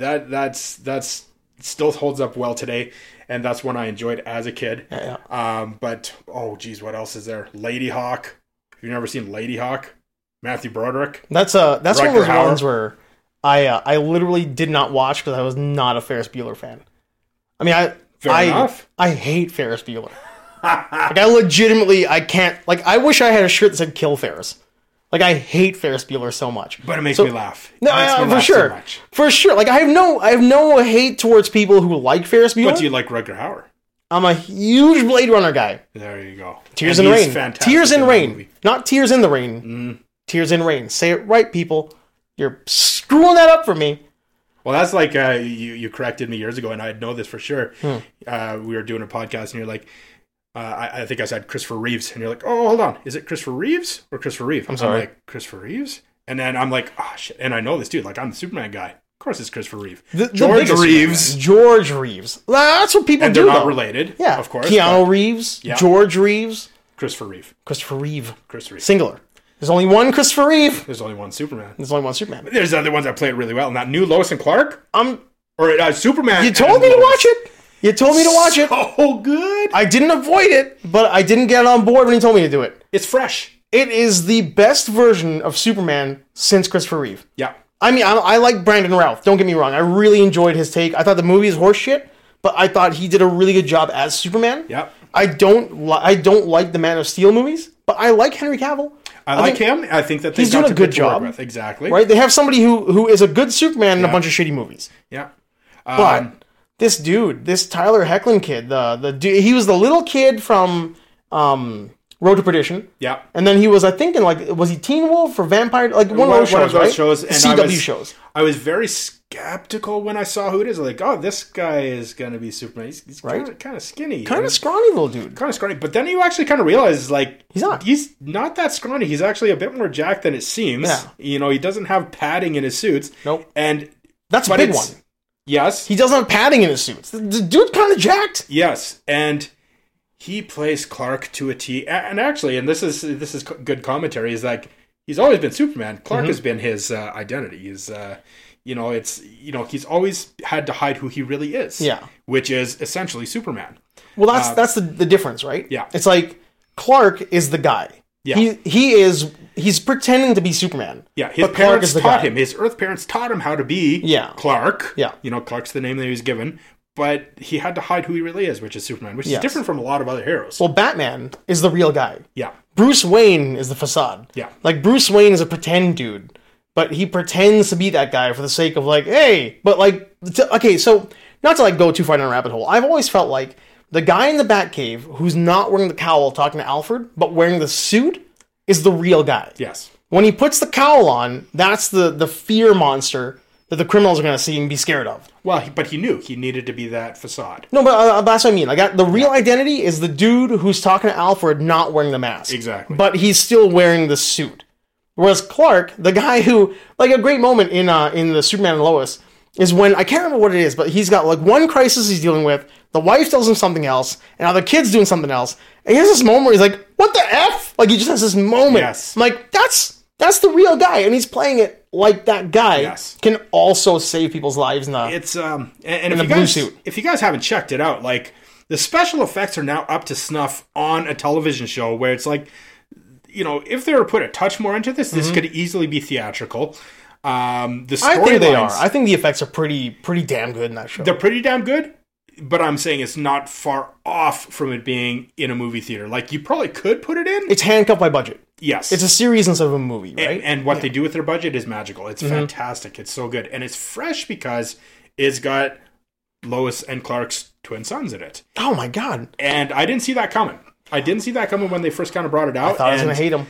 Speaker 1: That that's that's still holds up well today. And that's one I enjoyed as a kid.
Speaker 2: Yeah,
Speaker 1: Um, but oh geez, what else is there? Lady Hawk. Have you never seen Lady Hawk? Matthew Broderick.
Speaker 2: That's uh that's one of
Speaker 1: Rutger
Speaker 2: those
Speaker 1: Hauer.
Speaker 2: ones where I uh, I literally did not watch because I was not a Ferris Bueller fan. I mean, I
Speaker 1: Fair
Speaker 2: I
Speaker 1: enough.
Speaker 2: I hate Ferris Bueller. like I legitimately I can't like I wish I had a shirt that said "Kill Ferris." Like I hate Ferris Bueller so much.
Speaker 1: But it makes
Speaker 2: So-
Speaker 1: me laugh. It
Speaker 2: No,
Speaker 1: makes
Speaker 2: uh,
Speaker 1: me
Speaker 2: for
Speaker 1: laugh so
Speaker 2: sure,
Speaker 1: much.
Speaker 2: for sure. Like I have no, I have no hate towards people who like Ferris Bueller.
Speaker 1: But do you like Rutger Hauer?
Speaker 2: I'm a huge Blade Runner guy.
Speaker 1: There you go.
Speaker 2: Tears
Speaker 1: And
Speaker 2: in
Speaker 1: he's
Speaker 2: Rain.
Speaker 1: fantastic
Speaker 2: Tears in
Speaker 1: that
Speaker 2: Rain.
Speaker 1: movie. Mm.
Speaker 2: Not Tears in the Rain. Tears in Rain. Say it right, people. You're screwing that up for me.
Speaker 1: Well, that's like uh, you you corrected me years ago, and I know this for sure.
Speaker 2: Hmm.
Speaker 1: Uh, we were doing a podcast, and you're like, uh, I, I think I said Christopher Reeves, and you're like, oh, hold on, is it Christopher Reeves or Christopher Reeve? I'm
Speaker 2: sorry.
Speaker 1: like Christopher Reeves, and then I'm like, oh shit, and I know this dude, like I'm the Superman guy. Of course, it's Christopher Reeve.
Speaker 2: The- the
Speaker 1: George
Speaker 2: biggest-
Speaker 1: Reeves,
Speaker 2: George Reeves. That's what people
Speaker 1: and
Speaker 2: do.
Speaker 1: they're not
Speaker 2: though.
Speaker 1: related.
Speaker 2: Yeah,
Speaker 1: of course.
Speaker 2: Keanu Reeves,
Speaker 1: Yeah.
Speaker 2: George Reeves,
Speaker 1: but Christopher Reeve.
Speaker 2: Christopher Reeve.
Speaker 1: Christopher Reeve.
Speaker 2: Singular. There's only one Christopher Reeve.
Speaker 1: There's only one Superman.
Speaker 2: There's only one Superman.
Speaker 1: There's other ones that play it really well, and that new Lois and Clark
Speaker 2: Um,
Speaker 1: or uh, Superman.
Speaker 2: you told me to watch it. You told me to watch it.
Speaker 1: Oh, good.
Speaker 2: I didn't avoid it, but I didn't get on board when he told me to do it.
Speaker 1: It's fresh.
Speaker 2: It is the best version of Superman since Christopher Reeve.
Speaker 1: Yeah.
Speaker 2: I mean, I, I like Brandon Routh. Don't get me wrong. I really enjoyed his take. I thought the movie is horseshit, but I thought he did a really good job as Superman.
Speaker 1: Yep.
Speaker 2: I don't li- I don't like the Man of Steel movies, but I like Henry Cavill.
Speaker 1: I, like him. I think that they've
Speaker 2: he's
Speaker 1: got
Speaker 2: doing a
Speaker 1: some
Speaker 2: good
Speaker 1: to work
Speaker 2: job.
Speaker 1: With. Exactly.
Speaker 2: Right? They have somebody who who is a good Superman in a bunch of shitty movies.
Speaker 1: Yeah.
Speaker 2: But
Speaker 1: Um,
Speaker 2: this dude, this Tyler Hecklin kid, the the du- he was the little kid from um, Road to Perdition.
Speaker 1: yeah.
Speaker 2: And then he was, I think, in like, was he Teen Wolf or Vampire? Like one, of those shows,
Speaker 1: One of those
Speaker 2: right?
Speaker 1: shows. And I
Speaker 2: CW
Speaker 1: was,
Speaker 2: shows.
Speaker 1: I was very skeptical when I saw who it is. Like, oh, this guy is going to be Superman. He's, he's
Speaker 2: Right.
Speaker 1: kind, of, kind of skinny.
Speaker 2: Kind of scrawny little dude.
Speaker 1: kind of scrawny. But then you actually kind of realize, like,
Speaker 2: He's not.
Speaker 1: He's not that scrawny. He's actually a bit more jacked than it seems.
Speaker 2: Yeah.
Speaker 1: You know, he doesn't have padding in his suits.
Speaker 2: Nope.
Speaker 1: And
Speaker 2: That's a
Speaker 1: but
Speaker 2: big one.
Speaker 1: it's- yes,
Speaker 2: He doesn't have padding in his suits. The, the dude kind of jacked.
Speaker 1: Yes, and he plays Clark to a T. A- And actually, and this is this is co- good commentary. Is like he's always been Superman. Clark
Speaker 2: Mm-hmm.
Speaker 1: has been his uh, identity. He's uh, you know it's you know he's always had to hide who he really is.
Speaker 2: Yeah.
Speaker 1: which is essentially Superman.
Speaker 2: Well, that's that's the, the difference, right?
Speaker 1: Uh, yeah.
Speaker 2: It's like Clark is the guy.
Speaker 1: Yeah.
Speaker 2: He he is he's pretending to be Superman.
Speaker 1: Yeah, his
Speaker 2: But Clark
Speaker 1: parents
Speaker 2: is the
Speaker 1: taught
Speaker 2: guy.
Speaker 1: him. His Earth parents taught him how to be
Speaker 2: Yeah.
Speaker 1: Clark.
Speaker 2: Yeah.
Speaker 1: you know Clark's the name that he was given. But he had to hide who he really is, which is Superman, which
Speaker 2: Yes.
Speaker 1: is different from a lot of other heroes.
Speaker 2: Well, Batman is the real guy.
Speaker 1: yeah,
Speaker 2: Bruce Wayne is the facade.
Speaker 1: Yeah.
Speaker 2: Like Bruce Wayne is a pretend dude, but he pretends to be that guy for the sake of like, hey, but like to- okay, so not to like go too far down a rabbit hole. I've always felt like the guy in the Batcave who's not wearing the cowl talking to Alfred, but wearing the suit is the real guy.
Speaker 1: yes,
Speaker 2: When he puts the cowl on, that's the the fear monster that the criminals are going to see and be scared of.
Speaker 1: Well, he, but he knew he needed to be that facade.
Speaker 2: No, but uh, that's what I mean. Like that, the real identity is the dude who's talking to Alfred, not wearing the mask.
Speaker 1: Exactly.
Speaker 2: But he's still wearing the suit. Whereas Clark, the guy who like a great moment in uh, in the Superman and Lois is when I can't remember what it is, but he's got like one crisis he's dealing with. The wife tells him something else, and now the kid's doing something else. And he has this moment where he's like, "What the f?" Like he just has this moment.
Speaker 1: Yes.
Speaker 2: I'm like that's that's the real guy, and he's playing it like that guy
Speaker 1: Yes.
Speaker 2: can also save people's lives in the
Speaker 1: It's um and, and if
Speaker 2: a
Speaker 1: you
Speaker 2: blue
Speaker 1: guys
Speaker 2: suit.
Speaker 1: if you guys haven't checked it out, like the special effects are now up to snuff on a television show where it's like you know, if they were put a touch more into this, this could easily be theatrical. Um the
Speaker 2: Mm-hmm. I think they are.
Speaker 1: storylines
Speaker 2: I think the effects are pretty pretty damn good in that show.
Speaker 1: they're pretty damn good, but I'm saying it's not far off from it being in a movie theater. Like you probably could put it in.
Speaker 2: It's handcuffed by budget.
Speaker 1: yes.
Speaker 2: It's a series instead of a movie, right?
Speaker 1: and what they do with their budget is magical.
Speaker 2: Mm-hmm.
Speaker 1: It's fantastic. It's so good, and it's fresh because it's got Lois and Clark's twin sons in it.
Speaker 2: oh my god,
Speaker 1: And I didn't see that coming. I didn't see that coming when they first kind of brought it out.
Speaker 2: I thought I was
Speaker 1: and,
Speaker 2: gonna hate him.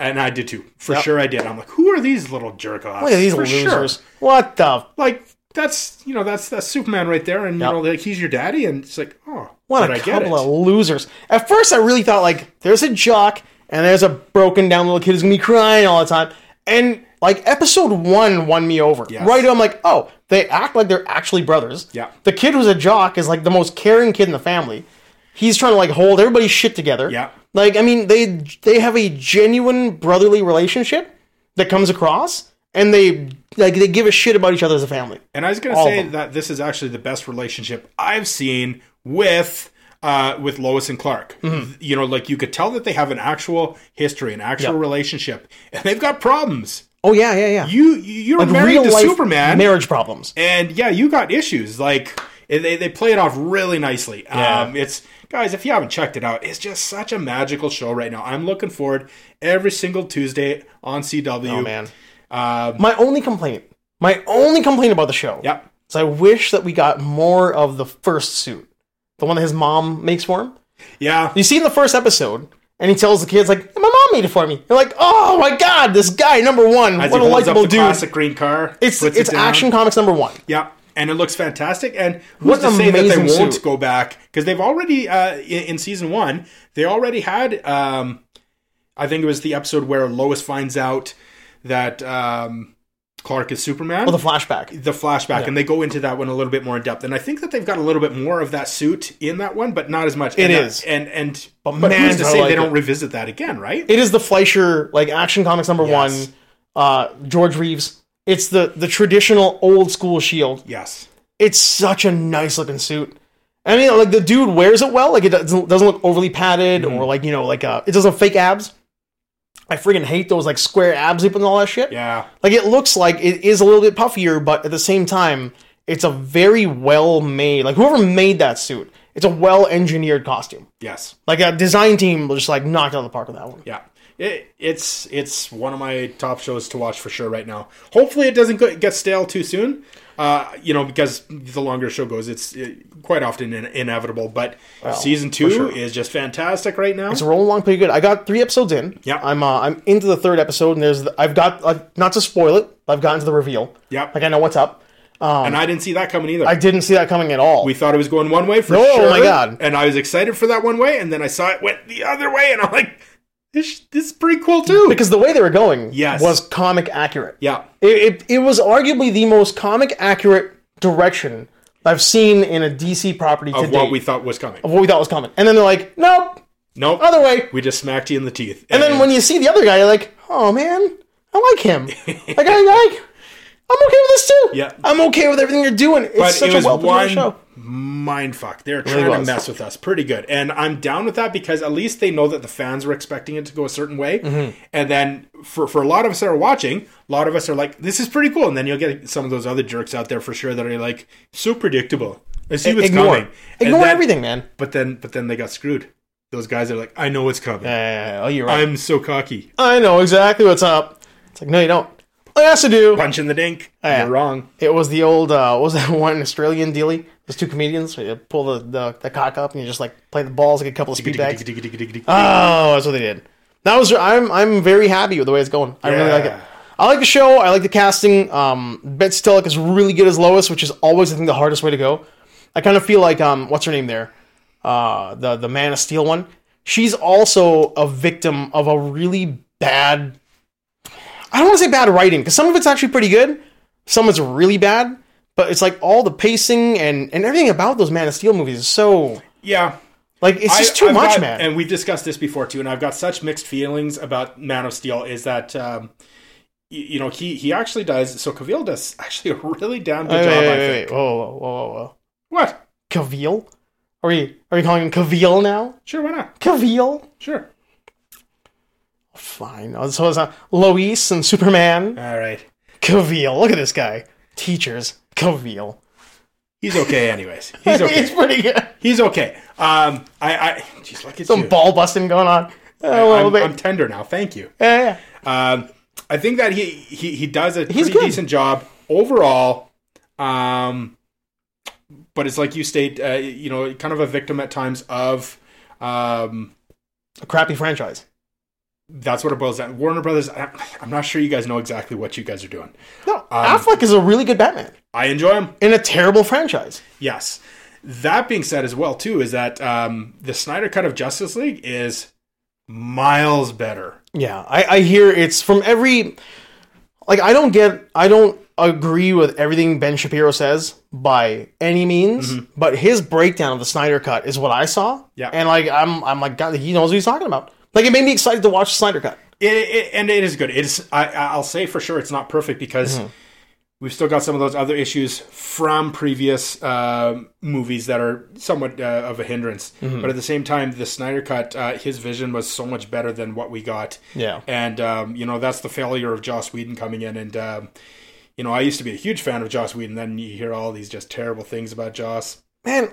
Speaker 1: and I did too, for sure. I did. I'm like, who are these little jerk offs?
Speaker 2: Look at these
Speaker 1: for
Speaker 2: losers.
Speaker 1: Sure.
Speaker 2: What the
Speaker 1: Like that's you know that's that's Superman right there, and
Speaker 2: Yep.
Speaker 1: you know like he's your daddy, and it's like oh,
Speaker 2: What
Speaker 1: did
Speaker 2: a
Speaker 1: I get
Speaker 2: couple
Speaker 1: it?
Speaker 2: of losers. At first, I really thought, like, there's a jock and there's a broken down little kid who's going to be crying all the time. And, like, episode one won me over.
Speaker 1: Yes.
Speaker 2: Right? I'm like, oh, they act like they're actually brothers.
Speaker 1: Yeah.
Speaker 2: The kid who's a jock is, like, the most caring kid in the family. He's trying to, like, hold everybody's shit together.
Speaker 1: Yeah.
Speaker 2: Like, I mean, they they have a genuine brotherly relationship that comes across, and they, like, they give a shit about each other as a family.
Speaker 1: And I was going to
Speaker 2: All of
Speaker 1: say
Speaker 2: them.
Speaker 1: that this is actually the best relationship I've seen with uh, with Lois and Clark.
Speaker 2: Mm-hmm.
Speaker 1: You know, like you could tell that they have an actual history, an actual relationship, and they've got problems.
Speaker 2: Oh, yeah, yeah, yeah.
Speaker 1: You you're married to
Speaker 2: Real-life
Speaker 1: Superman,
Speaker 2: Marriage problems.
Speaker 1: and yeah, you got issues. Like and they they play it off really nicely. Um, it's guys, if you haven't checked it out, it's just such a magical show right now. I'm looking forward every single Tuesday on CW.
Speaker 2: Oh man.
Speaker 1: Um,
Speaker 2: my only complaint, my only complaint about the show,
Speaker 1: Yep.
Speaker 2: is I wish that we got more of the first suit, the one that his mom makes for him.
Speaker 1: Yeah.
Speaker 2: You see in the first episode, and he tells the kids like, "My mom made it for me." They're like, "Oh my god, this guy number one,
Speaker 1: As
Speaker 2: what a
Speaker 1: he holds up
Speaker 2: likable
Speaker 1: the
Speaker 2: dude."
Speaker 1: classic green car.
Speaker 2: It's
Speaker 1: puts it
Speaker 2: it's
Speaker 1: down.
Speaker 2: Action Comics number one.
Speaker 1: Yeah, and it looks fantastic. And who's
Speaker 2: What an
Speaker 1: to say that they
Speaker 2: amazing
Speaker 1: won't
Speaker 2: suit.
Speaker 1: go back? Because they've already uh, in, in season one, they already had. Um, I think it was the episode where Lois finds out that um, Clark is Superman.
Speaker 2: Well, the flashback.
Speaker 1: the flashback, and they go into that one a little bit more in depth, and I think that they've got a little bit more of that suit in that one, but not as much. It
Speaker 2: is.
Speaker 1: and and but,
Speaker 2: man,
Speaker 1: who's to
Speaker 2: I
Speaker 1: say
Speaker 2: like
Speaker 1: they
Speaker 2: it.
Speaker 1: don't revisit that again, right?
Speaker 2: It is the Fleischer like Action Comics number
Speaker 1: Yes.
Speaker 2: one. Uh, George Reeves. It's the the traditional old school shield.
Speaker 1: yes,
Speaker 2: it's such a nice looking suit. I mean, like the dude wears it well. Like it doesn't doesn't look overly padded
Speaker 1: Mm-hmm.
Speaker 2: or like you know like uh, it doesn't have fake abs. I freaking hate those like square abs they put and all that shit.
Speaker 1: yeah,
Speaker 2: Like it looks like it is a little bit puffier, but at the same time, it's a very well made. Like whoever made that suit, it's a well engineered costume.
Speaker 1: yes.
Speaker 2: Like a design team was just like knocked it out of the park with that one.
Speaker 1: Yeah. It, it's it's one of my top shows to watch for sure right now. Hopefully, it doesn't go- get stale too soon. Uh, you know, because the longer a show goes, it's uh quite often in, inevitable. But season two is just fantastic right now.
Speaker 2: It's rolling along pretty good. I got three episodes in.
Speaker 1: Yeah.
Speaker 2: I'm uh, I'm into the third episode, and there's the, I've got uh, not to spoil it. but I've gotten to the reveal.
Speaker 1: Yep.
Speaker 2: Like I know what's up.
Speaker 1: and I didn't see that coming either.
Speaker 2: I didn't see that coming at all.
Speaker 1: we thought it was going one way for
Speaker 2: Oh,
Speaker 1: sure.
Speaker 2: my God.
Speaker 1: And I was excited for that one way, and then I saw it went the other way, and I'm like, this this is pretty cool too.
Speaker 2: because the way they were going
Speaker 1: Yes.
Speaker 2: was comic accurate.
Speaker 1: yeah,
Speaker 2: It, it, it was arguably the most comic accurate direction I've seen in a DC property to
Speaker 1: of what
Speaker 2: date,
Speaker 1: we thought was coming.
Speaker 2: of what we thought was coming. And then they're like, nope,
Speaker 1: Nope,
Speaker 2: other way.
Speaker 1: we just smacked you in the teeth.
Speaker 2: And then when you see the other guy, you're like, oh man, I like him. like, I like, I'm okay with this too.
Speaker 1: Yeah.
Speaker 2: I'm okay with everything you're doing. It's
Speaker 1: but
Speaker 2: such
Speaker 1: it was
Speaker 2: a well
Speaker 1: one
Speaker 2: produced show.
Speaker 1: mind fuck. They're trying to
Speaker 2: was.
Speaker 1: mess with us pretty good, and I'm down with that because at least they know that the fans were expecting it to go a certain way,
Speaker 2: Mm-hmm.
Speaker 1: and then for for a lot of us that are watching, a lot of us are like, "This is pretty cool," and then you'll get some of those other jerks out there for sure that are like, "So predictable." I see what's
Speaker 2: Ignore,
Speaker 1: coming. And
Speaker 2: ignore
Speaker 1: then-
Speaker 2: everything, man.
Speaker 1: But then, but then they got screwed. Those guys are like, "I know what's coming.
Speaker 2: Yeah, oh, you're right.
Speaker 1: I'm so cocky."
Speaker 2: I know exactly what's up. It's like, no, you don't. All you have to do
Speaker 1: Punch in the dink.
Speaker 2: Oh, yeah.
Speaker 1: You're wrong.
Speaker 2: It was the old uh, what was that one Australian dealie? Those two comedians where you pull the, the, the cock up and you just like play the balls like a couple of speed bags. Uh,
Speaker 1: Dig-a-dig-a-dig-a-dig-a-dig-a-dig.
Speaker 2: Oh, that's what they did. that was I'm I'm very happy with the way it's going. I really like it.
Speaker 1: Yeah.
Speaker 2: I like the show. I like the casting. Um, Betsy Telek is really good as Lois, which is always I think the hardest way to go. I kind of feel like um, what's her name there, uh, the the Man of Steel one. She's also a victim of a really bad. I don't want to say bad writing because some of it's actually pretty good, some of it's really bad. But it's like all the pacing and and everything about those Man of Steel movies is so
Speaker 1: Yeah.
Speaker 2: like it's just too
Speaker 1: I've
Speaker 2: much,
Speaker 1: got-
Speaker 2: man.
Speaker 1: And we've discussed this before too, and I've got such mixed feelings about Man of Steel. Is that um, y- you know he he actually does so Cavill does actually a really damn good
Speaker 2: Wait,
Speaker 1: job. I
Speaker 2: wait, wait,
Speaker 1: think.
Speaker 2: wait. Whoa, whoa, whoa, whoa, whoa.
Speaker 1: What?
Speaker 2: Cavill? Are we are we calling him Cavill now?
Speaker 1: Sure, why not?
Speaker 2: Cavill?
Speaker 1: Sure.
Speaker 2: Fine. Oh, So it's not Lois and Superman.
Speaker 1: All right.
Speaker 2: Cavill. Look at this guy. Teachers. Cavill.
Speaker 1: He's okay, anyways. He's
Speaker 2: He's
Speaker 1: okay.
Speaker 2: pretty good.
Speaker 1: He's okay. Um, I, I, geez, look at
Speaker 2: Some
Speaker 1: you.
Speaker 2: ball busting going on. A little
Speaker 1: I'm,
Speaker 2: bit.
Speaker 1: I'm tender now. Thank you.
Speaker 2: yeah, yeah.
Speaker 1: Um, I think that he he, he does a pretty
Speaker 2: good.
Speaker 1: decent job overall. Um, but it's like you state, uh, you know, kind of a victim at times of. Um,
Speaker 2: A crappy franchise.
Speaker 1: that's what it boils down. Warner Brothers. I- I'm not sure you guys know exactly what you guys are doing.
Speaker 2: No,
Speaker 1: Um,
Speaker 2: Affleck is a really good Batman
Speaker 1: I enjoy them.
Speaker 2: in a terrible franchise.
Speaker 1: Yes. That being said, as well too, is that um, the Snyder Cut of Justice League is miles better.
Speaker 2: Yeah, I, I hear it's from every. Like, I don't get. I don't agree with everything Ben Shapiro says by any means, but his breakdown of the Snyder Cut is what I saw.
Speaker 1: Yeah.
Speaker 2: And, like, I'm, I'm like, God, he knows what he's talking about. Like, it made me excited to watch the Snyder Cut.
Speaker 1: It, it, and it is good. It's I, I'll say for sure it's not perfect because
Speaker 2: Mm-hmm.
Speaker 1: we've still got some of those other issues from previous um movies that are somewhat uh, of a hindrance.
Speaker 2: Mm-hmm.
Speaker 1: But at the same time, the Snyder Cut, uh, his vision was so much better than what we got.
Speaker 2: Yeah.
Speaker 1: and um, you know that's the failure of Joss Whedon coming in. And um, you know I used to be a huge fan of Joss Whedon. Then you hear all these just terrible things about Joss.
Speaker 2: Man,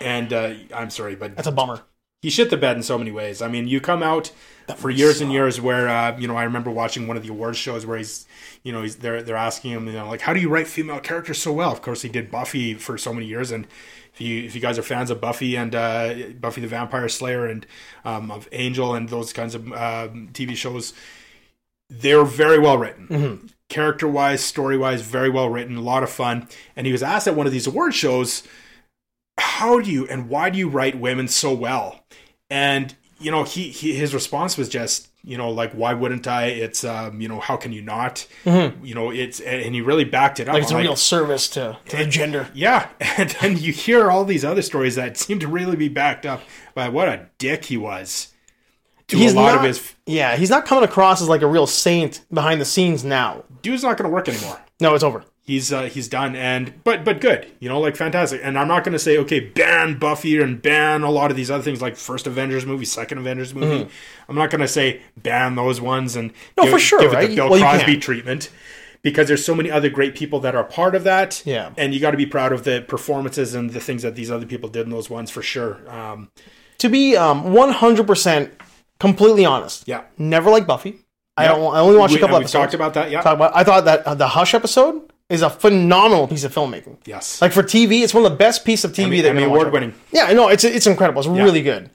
Speaker 1: And uh, I'm sorry, but
Speaker 2: that's a bummer.
Speaker 1: he shit the bed in so many ways. I mean, you come out for years and years where uh, you know I remember watching one of the awards shows where he's you know he's they're they're asking him you know like how do you write female characters so well? Of course, he did Buffy for so many years and. If you, if you guys are fans of Buffy and uh, Buffy the Vampire Slayer and um, of Angel and those kinds of um, TV shows, they're very well written
Speaker 2: Mm-hmm.
Speaker 1: character wise story wise very well written a lot of fun and he was asked at one of these award shows how do you and why do you write women so well and you know he, he his response was just you know like why wouldn't i it's um you know how can you not you know it's and and he really backed it up
Speaker 2: Mm-hmm. Like, it's a
Speaker 1: I'm
Speaker 2: real service to, to the gender.
Speaker 1: yeah and then you hear all these other stories that seem to really be backed up by what a dick he was to a lot
Speaker 2: not,
Speaker 1: of his
Speaker 2: Yeah, he's not coming across as like a real saint behind the scenes now.
Speaker 1: dude's not going to work anymore
Speaker 2: No, it's over.
Speaker 1: he's uh, he's done and but but good you know like fantastic and i'm not going to say okay ban buffy and ban a lot of these other things like first avengers movie second avengers movie i'm not going to say ban those ones and no
Speaker 2: Mm-hmm. for sure,
Speaker 1: give it
Speaker 2: right?
Speaker 1: the bill
Speaker 2: Well, you
Speaker 1: crosby
Speaker 2: can't.
Speaker 1: treatment because there's so many other great people that are part of that
Speaker 2: Yeah.
Speaker 1: and you got to be proud of the performances and the things that these other people did in those ones for sure um
Speaker 2: To be um, 100% completely honest,
Speaker 1: yeah
Speaker 2: never liked Buffy. I
Speaker 1: Yep.
Speaker 2: don't. I only watched
Speaker 1: we,
Speaker 2: a couple
Speaker 1: and we've
Speaker 2: episodes.
Speaker 1: talked about that yeah
Speaker 2: Talk about- I thought that uh, the Hush episode is a phenomenal piece of filmmaking.
Speaker 1: yes
Speaker 2: Like for TV, it's one of the best pieces of TV
Speaker 1: Emmy
Speaker 2: that you're gonna watch.
Speaker 1: award winning
Speaker 2: Yeah, no, it's it's incredible. It's really good.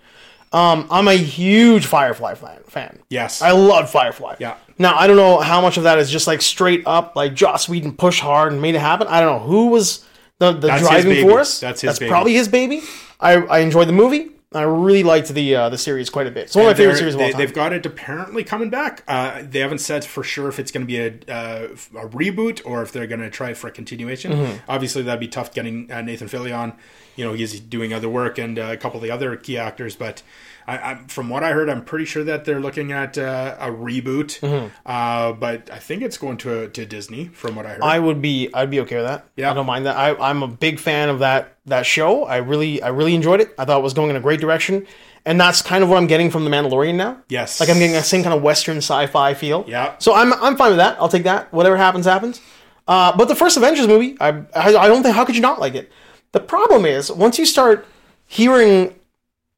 Speaker 2: Um, I'm a huge Firefly fan. fan.
Speaker 1: yes
Speaker 2: I love Firefly.
Speaker 1: Yeah.
Speaker 2: Now I don't know how much of that is just like straight up like Joss Whedon push hard and made it happen. I don't know who was the, the
Speaker 1: his
Speaker 2: driving
Speaker 1: baby.
Speaker 2: force.
Speaker 1: That's his
Speaker 2: That's
Speaker 1: baby.
Speaker 2: probably his baby. I, I enjoyed the movie. I really liked the uh, the series quite a bit. It's one of my favorite
Speaker 1: They're-
Speaker 2: series of all
Speaker 1: they,
Speaker 2: time.
Speaker 1: have got it apparently coming back. Uh, they haven't said for sure if it's going to be a, uh, a reboot or if they're going to try for a continuation.
Speaker 2: Mm-hmm.
Speaker 1: Obviously, that'd be tough getting uh, Nathan Fillion. You know, he's doing other work and uh, a couple of the other key actors. But I, I'm, from what I heard, I'm pretty sure that they're looking at uh, a reboot.
Speaker 2: Mm-hmm.
Speaker 1: Uh, but I think it's going to to Disney, from what I heard.
Speaker 2: I would be I'd be okay with that.
Speaker 1: Yeah.
Speaker 2: I don't mind that. I, I'm a big fan of that that show. I really I really enjoyed it. I thought it was going in a great direction, and that's kind of what I'm getting from the Mandalorian now.
Speaker 1: yes,
Speaker 2: Like I'm getting that same kind of Western sci-fi feel.
Speaker 1: Yeah.
Speaker 2: So I'm I'm fine with that. I'll take that. Whatever happens, happens. Uh, but the first Avengers movie, I, I I don't think how could you not like it. The problem is once you start hearing.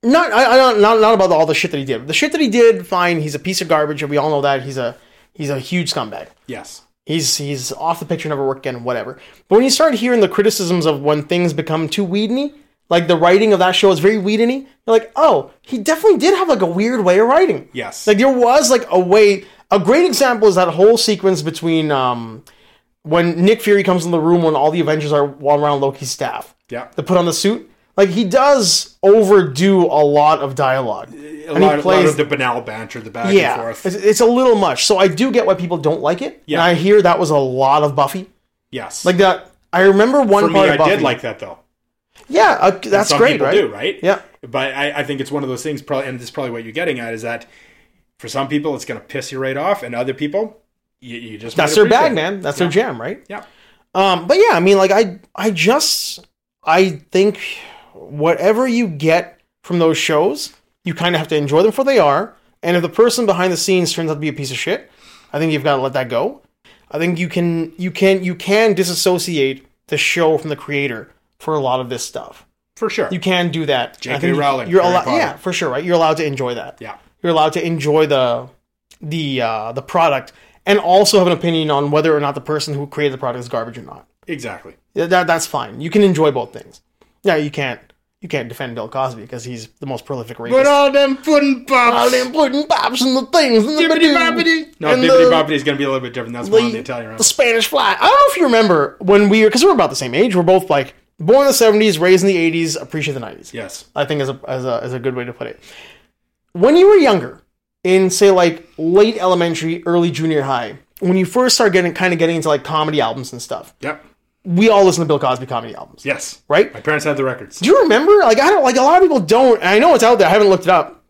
Speaker 2: Not I, I don't not not about all the shit that he did. The shit that he did, fine. He's a piece of garbage, and we all know that. He's a he's a huge scumbag
Speaker 1: yes,
Speaker 2: he's he's off the picture, never worked again, whatever. But when you start hearing the criticisms of when things become too Whedon-y, Like the writing of that show is very Whedon-y. You're like, oh, he definitely did have like a weird way of writing.
Speaker 1: Yes.
Speaker 2: Like there was like a way. A great example is that whole sequence between um, when Nick Fury comes in the room when all the Avengers are all around Loki's staff.
Speaker 1: Yeah.
Speaker 2: To put on the suit. Like he does overdo a lot of dialogue.
Speaker 1: A lot, a lot of the banal banter, the back
Speaker 2: yeah,
Speaker 1: and forth.
Speaker 2: it's, it's a little much. So I do get why people don't like it.
Speaker 1: Yeah.
Speaker 2: And I hear that was a lot of Buffy.
Speaker 1: Yes.
Speaker 2: Like that. I remember one
Speaker 1: for me,
Speaker 2: part
Speaker 1: I
Speaker 2: of Buffy.
Speaker 1: did like that though.
Speaker 2: Yeah, uh, that's
Speaker 1: Some
Speaker 2: great,
Speaker 1: people
Speaker 2: right?
Speaker 1: do, right?
Speaker 2: Yeah.
Speaker 1: But I, I think it's one of those things. Probably, and this is probably what you're getting at is that for some people it's going to piss you right off, and other people, you, you just
Speaker 2: That's
Speaker 1: might
Speaker 2: their
Speaker 1: appreciate
Speaker 2: bag,
Speaker 1: it.
Speaker 2: man. That's their jam, right?
Speaker 1: Yeah.
Speaker 2: Um, but yeah, I mean, like I, I just, I think whatever you get from those shows, you kind of have to enjoy them for they are. And if the person behind the scenes turns out to be a piece of shit, I think you've got to let that go. I think you can, you can, you can disassociate the show from the creator for a lot of this stuff.
Speaker 1: for sure.
Speaker 2: You can do that.
Speaker 1: J.K.
Speaker 2: I think
Speaker 1: Rowling,
Speaker 2: You're
Speaker 1: Harry
Speaker 2: allowed,
Speaker 1: Potter.
Speaker 2: yeah, for sure, right? You're allowed to enjoy that
Speaker 1: yeah.
Speaker 2: you're allowed to enjoy the the uh, the product and also have an opinion on whether or not the person who created the product is garbage or not.
Speaker 1: Exactly.
Speaker 2: Yeah, That, that's fine. You can enjoy both things. Yeah, you can't you can't defend Bill Cosby because he's the most prolific rapist.
Speaker 1: all them pudding pops.
Speaker 2: all them pudding pops and the things and the
Speaker 1: Bibbidi
Speaker 2: badoo,
Speaker 1: bobbidi. No,
Speaker 2: and
Speaker 1: bibbidi bobbidi
Speaker 2: the,
Speaker 1: is going to be a little bit different. That's more on the Italian
Speaker 2: the
Speaker 1: round.
Speaker 2: Spanish fly. I don't know if you remember when we were because we're about the same age. We're both like born in the '70s, raised in the '80s, appreciate the '90s.
Speaker 1: Yes.
Speaker 2: I think is a, as a is a good way to put it. When you were younger, in say like late elementary, early junior high, when you first start getting kind of getting into like comedy albums and stuff,
Speaker 1: Yep.
Speaker 2: we all listen to Bill Cosby comedy albums,
Speaker 1: Yes.
Speaker 2: right?
Speaker 1: My parents had the records.
Speaker 2: Do you remember? Like I don't like a lot of people don't. And I know it's out there. I haven't looked it up,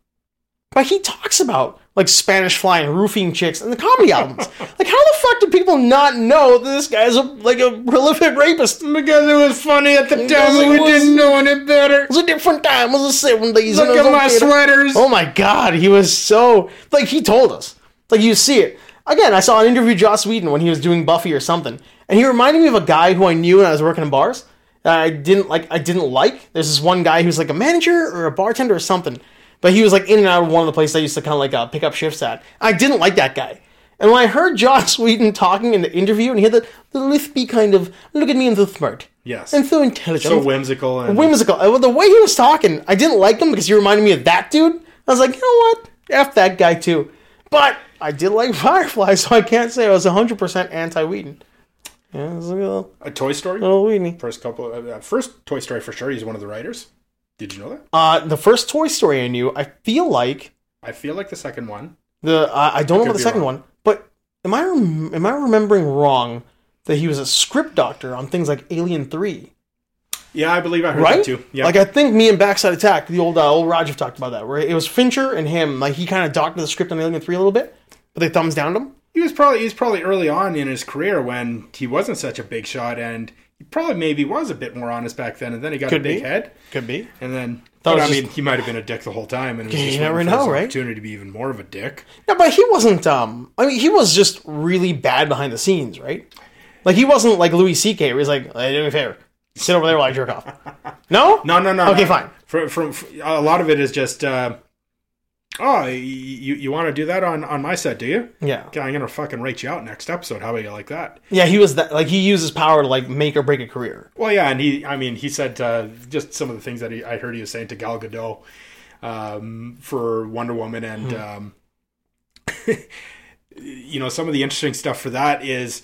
Speaker 2: but he talks about like Spanish Fly and roofing chicks and the comedy albums. like how the fuck do people not know that this guy's a, like a prolific rapist?
Speaker 1: Because it was funny at the time,
Speaker 2: Because it was-
Speaker 1: know any better.
Speaker 2: It was a different time. It was the seventies. and it was okay to-
Speaker 1: sweaters.
Speaker 2: Oh my god, he was so like he told us. Like you see it. Again, I saw an interview with Joss Whedon when he was doing Buffy or something, and he reminded me of a guy who I knew when I was working in bars. That I didn't like. I didn't like. There's this one guy who's like a manager or a bartender or something, but he was like in and out of one of the places I used to kind of like uh, pick up shifts at. I didn't like that guy. And when I heard Joss Whedon talking in the interview, and he had the, the lispy kind of look at me and so smart,
Speaker 1: Yes.
Speaker 2: and so intelligent,
Speaker 1: So whimsical and
Speaker 2: whimsical. Uh, well, The way he was talking, I didn't like him because he reminded me of that dude. I was like, you know what? F that guy too. But I did like Firefly, so I can't say I was 100% anti Whedon. Yeah, it was a little,
Speaker 1: a Toy Story.
Speaker 2: little Whedon.
Speaker 1: First couple, uh, uh, first Toy Story for sure. He's one of the writers. Did you know that?
Speaker 2: Uh, the first Toy Story I knew, I feel like
Speaker 1: I feel like the second one.
Speaker 2: the I I don't know about
Speaker 1: could
Speaker 2: the
Speaker 1: be
Speaker 2: second
Speaker 1: wrong.
Speaker 2: one, but am I rem- am I remembering wrong that he was a script doctor on things like Alien Three,
Speaker 1: Yeah, I believe I heard
Speaker 2: right?
Speaker 1: that too. Yeah,
Speaker 2: Like I think me and Backside Attack, the old uh, old Roger talked about that, where it was Fincher and him. Like he kind of doctored the script on Alien Three a little bit, but they thumbs downed him.
Speaker 1: he was probably he was probably early on in his career when he wasn't such a big shot, and he probably maybe was a bit more honest back then. And then he got a
Speaker 2: Could
Speaker 1: big
Speaker 2: be.
Speaker 1: head,
Speaker 2: Could be.
Speaker 1: and then
Speaker 2: That
Speaker 1: but,
Speaker 2: was
Speaker 1: I
Speaker 2: just-
Speaker 1: mean he might have been a dick the whole time, and it was just
Speaker 2: you
Speaker 1: waiting
Speaker 2: never
Speaker 1: for his
Speaker 2: know, right?
Speaker 1: Opportunity to be even more of a dick.
Speaker 2: No, but he wasn't. Um, I mean, he was just really bad behind the scenes, right? Like he wasn't like Louis C.K. Where he's like, hey, "Do me a favor, sit over there while I jerk off." No,
Speaker 1: No, no, no.
Speaker 2: Okay,
Speaker 1: no.
Speaker 2: fine.
Speaker 1: From, from, fr- a lot of it is just, uh, oh, you you want to do that on on my set, do you?
Speaker 2: Yeah,
Speaker 1: Okay, I'm gonna fucking rate you out next episode. How about you like that?
Speaker 2: yeah, he was that. Like he used his power to like make or break a career.
Speaker 1: Well, yeah, and he, I mean, he said uh, just some of the things that he, I heard he was saying to Gal Gadot um, for Wonder Woman, and um, you know, some of the interesting stuff for that is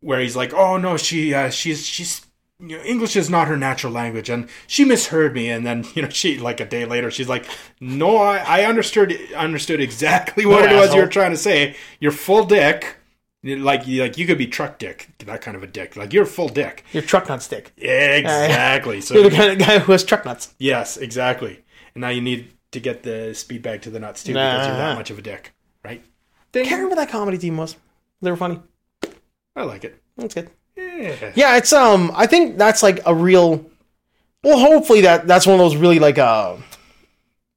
Speaker 1: where he's like, "Oh no, she, uh, she's, she's." You know, English is not her natural language, and she misheard me. And then, you know, she like a day later, she's like, "No, I, I understood understood exactly what it was you
Speaker 2: asshole.
Speaker 1: were trying to say. You're full dick, like you like you could be truck dick, that kind of a dick. Like you're a full dick."
Speaker 2: Your truck nut stick.
Speaker 1: Exactly.
Speaker 2: You're
Speaker 1: So
Speaker 2: the kind of guy who has truck nuts.
Speaker 1: yes, exactly. And now you need to get the speed bag to the nuts too because you're that
Speaker 2: Nah.
Speaker 1: much of a dick, right?
Speaker 2: Can't remember what that comedy team was. They were funny.
Speaker 1: I like it.
Speaker 2: That's good.
Speaker 1: Yeah.
Speaker 2: Yeah, it's um. I think that's like a real. Well, hopefully that that's one of those really like uh,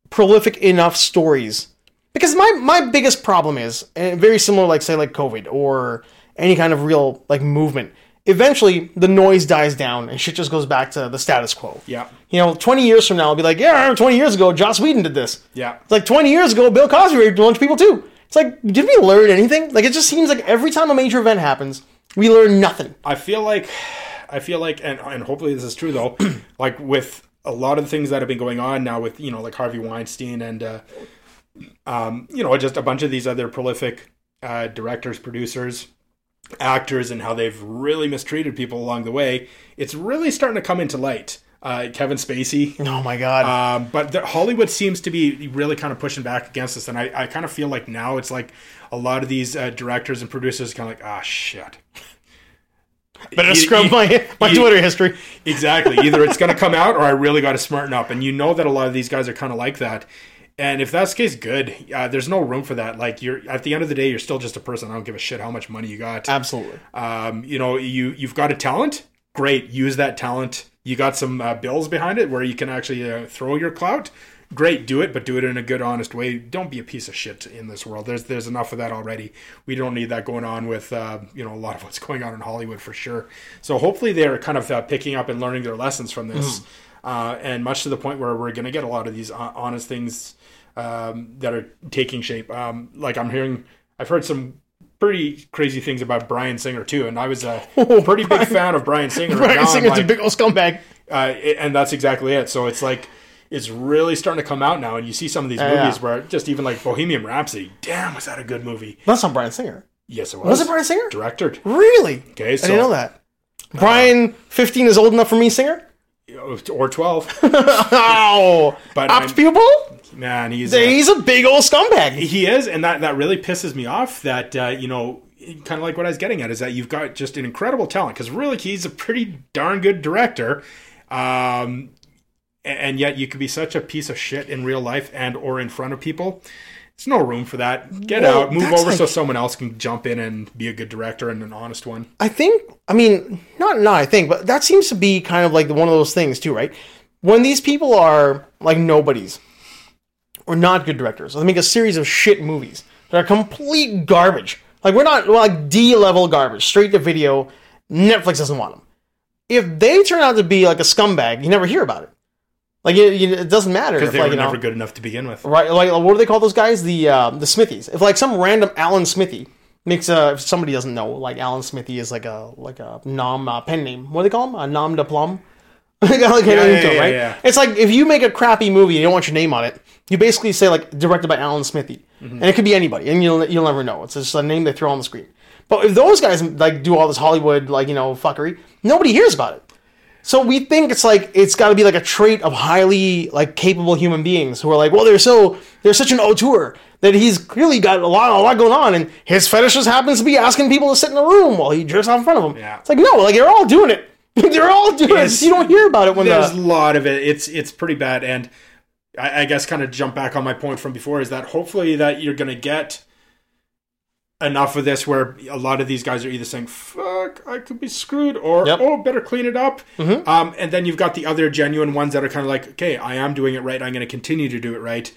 Speaker 2: prolific enough stories. Because my my biggest problem is and very similar, like say like COVID or any kind of real like movement. Eventually, the noise dies down and shit just goes back to the status quo.
Speaker 1: Yeah.
Speaker 2: You know, twenty years from now, I'll be like, yeah, I remember twenty years ago, Joss Whedon did this.
Speaker 1: Yeah.
Speaker 2: It's like 20 years ago, Bill Cosby raped a bunch of people too. It's like, did we learn anything? Like, it just seems like every time a major event happens, we learn nothing.
Speaker 1: I feel like I feel like and and hopefully this is true though, like with a lot of the things that have been going on now with you know like Harvey Weinstein and uh, um, you know just a bunch of these other prolific uh, directors, producers, actors, and how they've really mistreated people along the way. It's really starting to come into light. Uh, Kevin Spacey,
Speaker 2: Oh my god.
Speaker 1: um, but the, Hollywood seems to be really kind of pushing back against this, and I, I kind of feel like now it's like a lot of these uh, directors and producers kind of like ah shit.
Speaker 2: Better
Speaker 1: you-
Speaker 2: scrub
Speaker 1: you-
Speaker 2: my my
Speaker 1: you-
Speaker 2: Twitter history.
Speaker 1: Exactly. Either it's going to come out or I really got to smarten up. And you know that a lot of these guys are kind of like that. And if that's the case, good. Uh, there's no room for that. Like you're at the end of the day, you're still just a person. I don't give a shit how much money you got.
Speaker 2: Absolutely.
Speaker 1: Um, you know, you you've got a talent. Great, use that talent. You got some uh, bills behind it where you can actually uh, throw your clout. Great, do it, but do it in a good, honest way. Don't be a piece of shit in this world. There's there's enough of that already. We don't need that going on with uh, you know a lot of what's going on in Hollywood for sure. So hopefully they're kind of uh, picking up and learning their lessons from this. Uh, and much to the point where we're going to get a lot of these hon- honest things um, that are taking shape. Um, like I'm hearing, I've heard some pretty crazy things about Brian Singer too, and I was a pretty big fan of Brian Singer. and
Speaker 2: Oh, Brian
Speaker 1: now I'm
Speaker 2: Singer's a
Speaker 1: like,
Speaker 2: big old scumbag.
Speaker 1: uh, i- and that's exactly it. So it's like it's really starting to come out now, and you see some of these
Speaker 2: yeah.
Speaker 1: movies where just even like Bohemian Rhapsody, damn, was that a good movie?
Speaker 2: That's not Brian Singer.
Speaker 1: Yes, it was.
Speaker 2: Was it Brian Singer?
Speaker 1: Directed.
Speaker 2: Really?
Speaker 1: Okay,
Speaker 2: I didn't know
Speaker 1: so Uh,
Speaker 2: that. Brian, 15 is old enough for me, Singer?
Speaker 1: or twelve,
Speaker 2: Ow!
Speaker 1: But
Speaker 2: Opt
Speaker 1: I'm-
Speaker 2: people?
Speaker 1: man, he's uh,
Speaker 2: He's a big old scumbag.
Speaker 1: he is, and that that really pisses me off. That uh, you know, kind of like what I was getting at is that you've got just an incredible talent because really he's a pretty darn good director, um, a- and yet you could be such a piece of shit in real life and or in front of people. There's no room for that. Get
Speaker 2: Well,
Speaker 1: out, move
Speaker 2: that's
Speaker 1: over, so
Speaker 2: like-
Speaker 1: someone else can jump in and be a good director and an honest one.
Speaker 2: I think, I mean, not not I think, but that seems to be kind of like one of those things too, right? When these people are like nobodies or not good directors, or they make a series of shit movies that are complete garbage. Like we're not well, like D level garbage, straight to video. Netflix doesn't want them. If they turn out to be like a scumbag, you never hear about it. Like it, you- it doesn't matter if
Speaker 1: They
Speaker 2: like
Speaker 1: were
Speaker 2: you know,
Speaker 1: never good enough to begin with.
Speaker 2: right? Like what do they call those guys? The uh, the Smithies. If like some random Alan Smithy makes a, if somebody doesn't know, like Alan Smithy is like a like a nom uh, pen name. What do they call him? A nom de plum. like yeah,
Speaker 1: yeah, yeah,
Speaker 2: right?
Speaker 1: yeah.
Speaker 2: It's like if you make a crappy movie, and you don't want your name on it. You basically say like directed by Alan Smithy,
Speaker 1: Mm-hmm.
Speaker 2: and it could be anybody, and you'll you'll never know. It's just a name they throw on the screen. But if those guys like do all this Hollywood like you know fuckery, nobody hears about it. So we think it's like it's got to be like a trait of highly like capable human beings who are like, well, they're so they're such an auteur that he's clearly got a lot a lot going on, and his fetish just happens to be asking people to sit in a room while he jerks off in front of them.
Speaker 1: Yeah.
Speaker 2: It's like no, like they're all doing it. they're all doing
Speaker 1: Yes.
Speaker 2: it. You don't hear about it when
Speaker 1: there's a
Speaker 2: the
Speaker 1: lot of it. It's it's pretty bad, and I, I guess kind of jump back on my point from before is that hopefully that you're gonna get enough of this where a lot of these guys are either saying "fuck," I could be screwed, or
Speaker 2: Yep.
Speaker 1: "oh, better clean it up," um, and then you've got the other genuine ones that are kind of like, "okay, I am doing it right. I'm gonna continue to do it right."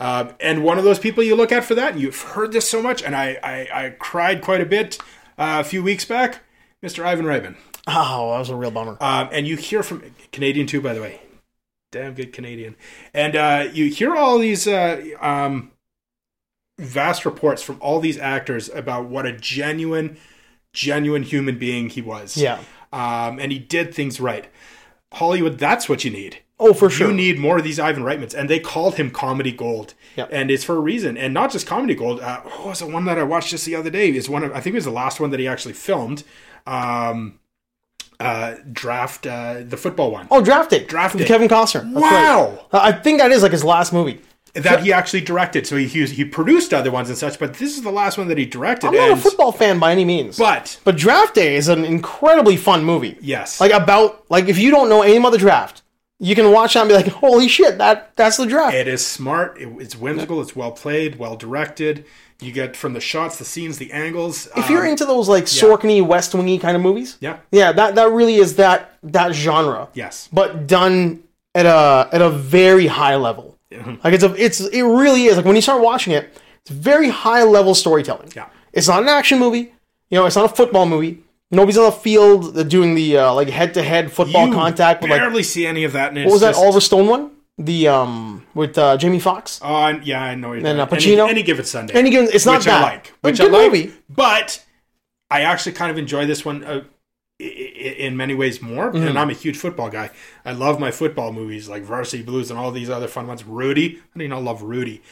Speaker 1: Um, and one of those people you look at for that, and you've heard this so much, and I I, I cried quite a bit uh, a few weeks back, Mr. Ivan Reibin.
Speaker 2: oh, that was a real bummer.
Speaker 1: Um, and you hear from Canadian too, by the way, damn good Canadian. And uh, you hear all these uh, um, vast reports from all these actors about what a genuine, genuine human being he was.
Speaker 2: Yeah.
Speaker 1: Um, and he did things right. Hollywood, that's what you need.
Speaker 2: Oh, for sure.
Speaker 1: You need more of these Ivan Reitmans. And they called him Comedy Gold.
Speaker 2: Yep.
Speaker 1: And it's for a reason. And not just Comedy Gold. Uh, what was the one that I watched just the other day? Is one of, I think it was the last one that he actually filmed. Um, uh, draft, uh, the football one.
Speaker 2: oh, draft day.
Speaker 1: Draft
Speaker 2: With
Speaker 1: Day.
Speaker 2: Kevin Costner. That's
Speaker 1: Wow.
Speaker 2: right. Uh, I think that is like his last movie.
Speaker 1: That he actually directed. So he, he, he produced other ones and such, but this is the last one that he directed.
Speaker 2: I'm not
Speaker 1: and,
Speaker 2: a football fan by any means,
Speaker 1: but,
Speaker 2: but draft day is an incredibly fun movie.
Speaker 1: yes.
Speaker 2: like about like if you don't know anything about the draft, you can watch that and be like, holy shit, that that's the draft.
Speaker 1: It is smart. It, it's whimsical. It's well played, well directed. You get from the shots, the scenes, the angles. Uh,
Speaker 2: if you're into those like Sorkiny, West Wingy kind of movies,
Speaker 1: um, yeah,
Speaker 2: yeah, that that really is that that genre.
Speaker 1: yes,
Speaker 2: but done at a at a very high level.
Speaker 1: Mm-hmm.
Speaker 2: Like it's a it's it really is like when you start watching it, it's very high level storytelling.
Speaker 1: Yeah.
Speaker 2: it's not an action movie. You know, it's not a football movie. Nobody's on the field doing the uh, like head to head football
Speaker 1: You
Speaker 2: contact. With, like
Speaker 1: barely see any of that. And
Speaker 2: what was that Oliver Stone one? The um with uh, Jamie Fox.
Speaker 1: Oh, I- yeah, I know. what You're
Speaker 2: And, uh,
Speaker 1: talking-
Speaker 2: Pacino?
Speaker 1: Any, any given Sunday.
Speaker 2: Any given, it's not
Speaker 1: which
Speaker 2: bad.
Speaker 1: I like.
Speaker 2: But
Speaker 1: Which I
Speaker 2: good
Speaker 1: like.
Speaker 2: movie.
Speaker 1: But I actually kind of enjoy this one. Uh, i- i- in many ways more.
Speaker 2: Mm-hmm.
Speaker 1: And I'm a huge football guy. I love my football movies like Varsity Blues and all these other fun ones. Rudy. I do you not love Rudy?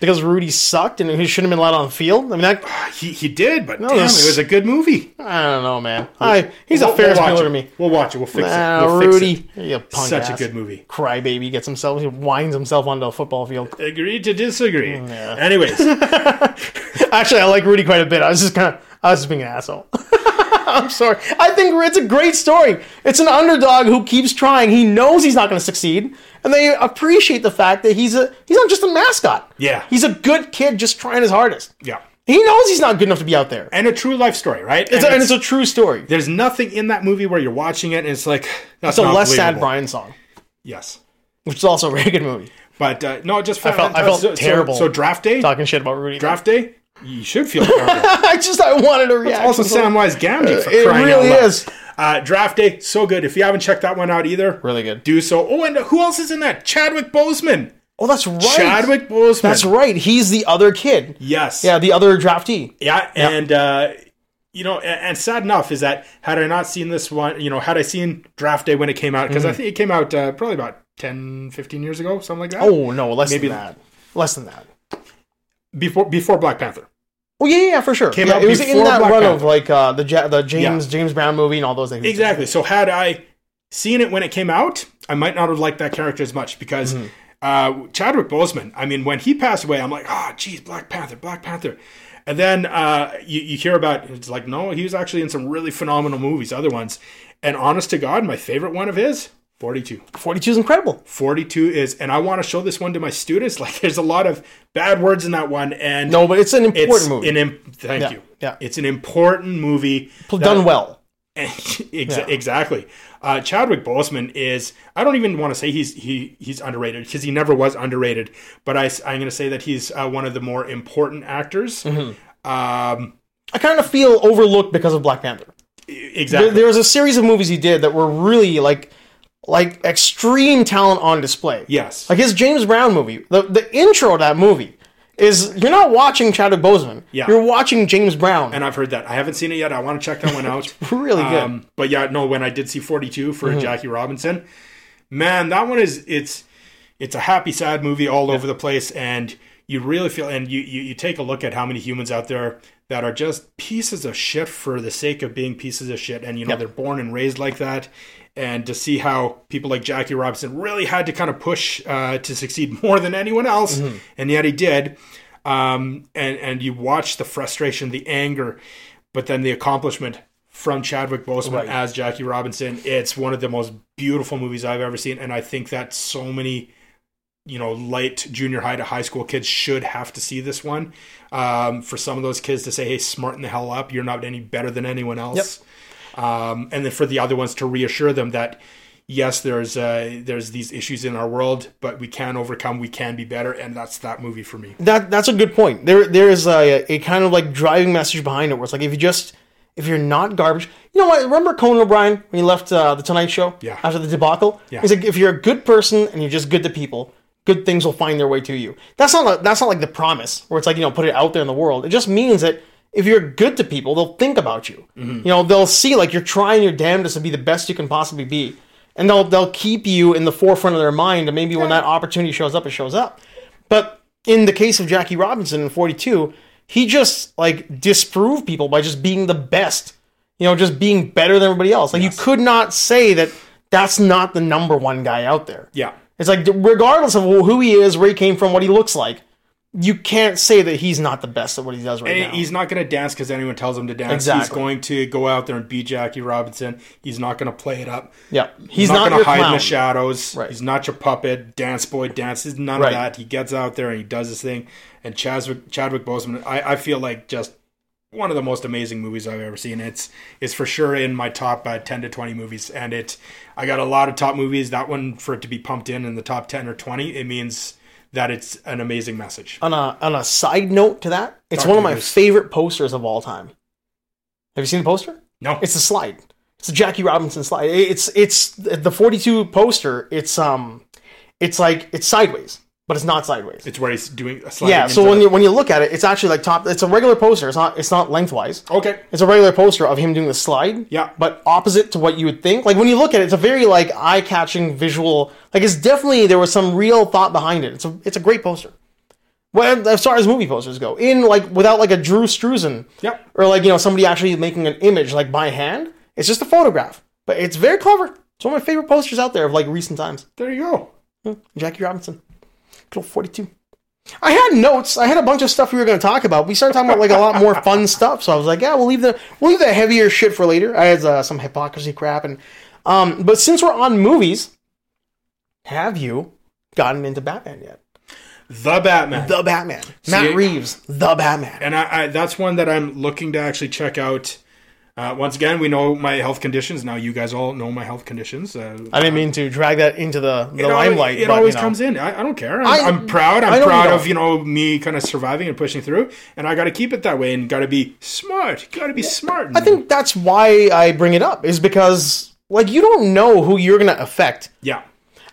Speaker 2: because Rudy sucked and he shouldn't have been allowed on the field. I mean, that,
Speaker 1: He, he did, but damn,
Speaker 2: that's-
Speaker 1: it was a good movie.
Speaker 2: I don't know, man. I, he's a
Speaker 1: We'll-
Speaker 2: Ferris
Speaker 1: we'll watch
Speaker 2: Bueller to
Speaker 1: it.
Speaker 2: me.
Speaker 1: We'll watch it. We'll fix
Speaker 2: Ah,
Speaker 1: it. We'll fix it.
Speaker 2: Rudy, you punk
Speaker 1: Such a
Speaker 2: ass.
Speaker 1: good movie.
Speaker 2: Crybaby gets himself, he winds himself onto a football field.
Speaker 1: Agree to disagree. Anyways,
Speaker 2: Actually, I like Rudy quite a bit. I was just kind of, I was just being an asshole. I'm sorry. I think it's a great story. It's an underdog who keeps trying. He knows he's not going to succeed, and they appreciate the fact that he's a he's not just a mascot.
Speaker 1: Yeah.
Speaker 2: he's a good kid just trying his hardest.
Speaker 1: yeah.
Speaker 2: He knows he's not good enough to be out there,
Speaker 1: And a true life story, right? And
Speaker 2: It's a- and it's a true story.
Speaker 1: there's nothing in that movie where you're watching it and it's like, that's
Speaker 2: It's a
Speaker 1: not
Speaker 2: less sad
Speaker 1: believable.
Speaker 2: Brian song,
Speaker 1: Yes.
Speaker 2: which is also a very good movie.
Speaker 1: But uh, no, just I
Speaker 2: felt- I felt terrible.
Speaker 1: So, draft day,
Speaker 2: Talking shit about Rudy.
Speaker 1: draft day, you should feel terrible.
Speaker 2: I just I wanted to react.
Speaker 1: also, Samwise Gamgee for
Speaker 2: it
Speaker 1: crying
Speaker 2: really
Speaker 1: out loud.
Speaker 2: is
Speaker 1: Uh, draft day, so good. If you haven't checked that one out either,
Speaker 2: really good.
Speaker 1: do so. Oh, and who else is in that? Chadwick Boseman.
Speaker 2: Oh, that's right.
Speaker 1: Chadwick Boseman.
Speaker 2: That's right. He's the other kid.
Speaker 1: Yes.
Speaker 2: Yeah, the other draftee.
Speaker 1: Yeah, and uh, you know, a- and, sad enough is that had I not seen this one, you know, had I seen Draft Day when it came out, because
Speaker 2: Mm.
Speaker 1: I think it came out uh, probably about 10, 15 years ago, something like that.
Speaker 2: Oh no, less
Speaker 1: Maybe-
Speaker 2: than that. Less than that.
Speaker 1: before before Black Panther.
Speaker 2: Oh yeah, yeah, yeah, for sure.
Speaker 1: Came
Speaker 2: yeah,
Speaker 1: out
Speaker 2: it was in
Speaker 1: before
Speaker 2: that
Speaker 1: Black
Speaker 2: run of
Speaker 1: Panther.
Speaker 2: like uh, the ja- the James James Brown movie and all those things.
Speaker 1: Exactly. So had I seen it when it came out, I might not have liked that character as much because
Speaker 2: Mm-hmm.
Speaker 1: uh, Chadwick Boseman. I mean, when he passed away, I'm like, ah, geez, Black Panther, Black Panther. And then uh, you, you hear about it's like, no, he was actually in some really phenomenal movies, other ones. And honest to God, my favorite one of his, 42.
Speaker 2: Forty two is incredible.
Speaker 1: 42 is and i want to show this one to my students like there's a lot of bad words in that one and
Speaker 2: No, but it's an important
Speaker 1: it's
Speaker 2: movie.
Speaker 1: an im- thank
Speaker 2: Yeah,
Speaker 1: you
Speaker 2: yeah.
Speaker 1: it's an important movie
Speaker 2: Pl- Done well.
Speaker 1: Ex- exactly uh, chadwick boseman is i don't even want to say he's he he's underrated because he never was underrated but i am going to say that he's uh, one of the more important actors
Speaker 2: Mm-hmm.
Speaker 1: um
Speaker 2: I kind of feel overlooked because of Black Panther.
Speaker 1: exactly
Speaker 2: There was a series of movies he did that were really like like extreme talent on display.
Speaker 1: yes
Speaker 2: Like his James Brown movie, the, the intro to that movie is you're not watching Chadwick Boseman.
Speaker 1: Yeah.
Speaker 2: You're watching James Brown.
Speaker 1: and i've heard that i haven't seen it yet i want to check that one out
Speaker 2: really good.
Speaker 1: Um, but yeah, no. When I did see 42 for Jackie Robinson, man, that one is it's it's a happy sad movie all over the place, and you really feel and you, you you take a look at how many humans out there that are just pieces of shit for the sake of being pieces of shit, and you know they're born and raised like that. And to see how people like Jackie Robinson really had to kind of push uh, to succeed more than anyone else, and yet he did. Um, and and you watch the frustration, the anger, but then the accomplishment from Chadwick Boseman as Jackie Robinson. It's one of the most beautiful movies I've ever seen, and I think that so many, you know, light junior high to high school kids should have to see this one. Um, for some of those kids to say, "Hey, smarten the hell up! You're not any better than anyone else," um, and then for the other ones to reassure them that. Yes, there's uh, there's these issues in our world, but we can overcome. We can be better, and that's that movie for me.
Speaker 2: that that's a good point. There there is a, a kind of like driving message behind it where it's like if you just if you're not garbage, you know what? Remember Conan O'Brien when he left uh, the Tonight Show
Speaker 1: Yeah.
Speaker 2: after the debacle?
Speaker 1: Yeah.
Speaker 2: He's like, if you're a good person and you're just good to people, good things will find their way to you. That's not like, that's not like the promise where it's like you know put it out there in the world. It just means that if you're good to people, they'll think about you.
Speaker 1: Mm-hmm.
Speaker 2: You know, they'll see like you're trying your damnedest to be the best you can possibly be, and they'll they'll keep you in the forefront of their mind. And maybe when that opportunity shows up, it shows up. But in the case of Jackie Robinson in 42, he just like disproved people by just being the best. You know, just being better than everybody else. Like you could not say that that's not the number one guy out there.
Speaker 1: Yeah,
Speaker 2: It's like regardless of who he is, where he came from, what he looks like, you can't say that he's not the best at what he does right now.
Speaker 1: He's not going to dance because anyone tells him to dance. He's
Speaker 2: Exactly.
Speaker 1: going to go out there and be Jackie Robinson. He's not going to play it up.
Speaker 2: yeah, he's
Speaker 1: He's
Speaker 2: not,
Speaker 1: not,
Speaker 2: your
Speaker 1: going to hide in
Speaker 2: clown.
Speaker 1: the shadows.
Speaker 2: Right.
Speaker 1: He's not your puppet, dance boy, dances. None
Speaker 2: Right.
Speaker 1: of that. He gets out there and he does his thing. And Chadwick, Chadwick Boseman, I, I feel like just one of the most amazing movies I've ever seen. It's it's for sure in my top uh, ten to twenty movies. And it, I got a lot of top movies. That one for it to be pumped in in the top ten or twenty, it means that it's an amazing message.
Speaker 2: On a on a side note to that, it's one of my
Speaker 1: Documentaries.
Speaker 2: favorite posters of all time. Have you seen the poster?
Speaker 1: No,
Speaker 2: It's a slide. It's a Jackie Robinson slide. It- It's it's the 42 poster. It's um, it's like it's sideways. but it's not sideways.
Speaker 1: It's where he's doing a sliding
Speaker 2: yeah, so
Speaker 1: into
Speaker 2: when
Speaker 1: the-
Speaker 2: you when you look at it, it's actually like top. It's a regular poster. It's not it's not lengthwise.
Speaker 1: Okay.
Speaker 2: It's a regular poster of him doing the slide.
Speaker 1: Yeah.
Speaker 2: But opposite to what you would think. Like when you look at it, it's a very like eye catching visual. Like it's definitely there was some real thought behind it. It's a it's a great poster. Well, as far as movie posters go, in like without like a Drew Struzan.
Speaker 1: Yep.
Speaker 2: Or like you know somebody actually making an image like by hand. It's just a photograph, but it's very clever. It's one of my favorite posters out there of like recent times.
Speaker 1: There you go.
Speaker 2: Jackie Robinson. Control 42. I had notes. I had a bunch of stuff we were going to talk about. We started talking about like a lot more fun stuff, so I was like, "Yeah, we'll leave the we'll leave the heavier shit for later." I had uh, some hypocrisy crap, and um, but since we're on movies, have you gotten into Batman yet?
Speaker 1: The Batman.
Speaker 2: The Batman, Matt
Speaker 1: I-
Speaker 2: Reeves, the Batman.
Speaker 1: and I, I that's one that I'm looking to actually check out. Uh, once again, we know my health conditions. Now you guys all know my health conditions. Uh,
Speaker 2: I didn't mean to drag that into the, the
Speaker 1: it always-
Speaker 2: limelight.
Speaker 1: It
Speaker 2: but,
Speaker 1: always
Speaker 2: you know.
Speaker 1: comes in. I, I don't care. I'm,
Speaker 2: I-
Speaker 1: I, am proud.
Speaker 2: I
Speaker 1: I'm
Speaker 2: know you
Speaker 1: proud
Speaker 2: don't.
Speaker 1: of you know me kind of surviving and pushing through. And I got to keep it that way. And got to be smart. Got to be smart.
Speaker 2: I think that's why I bring it up is because like you don't know who you're going to affect.
Speaker 1: Yeah.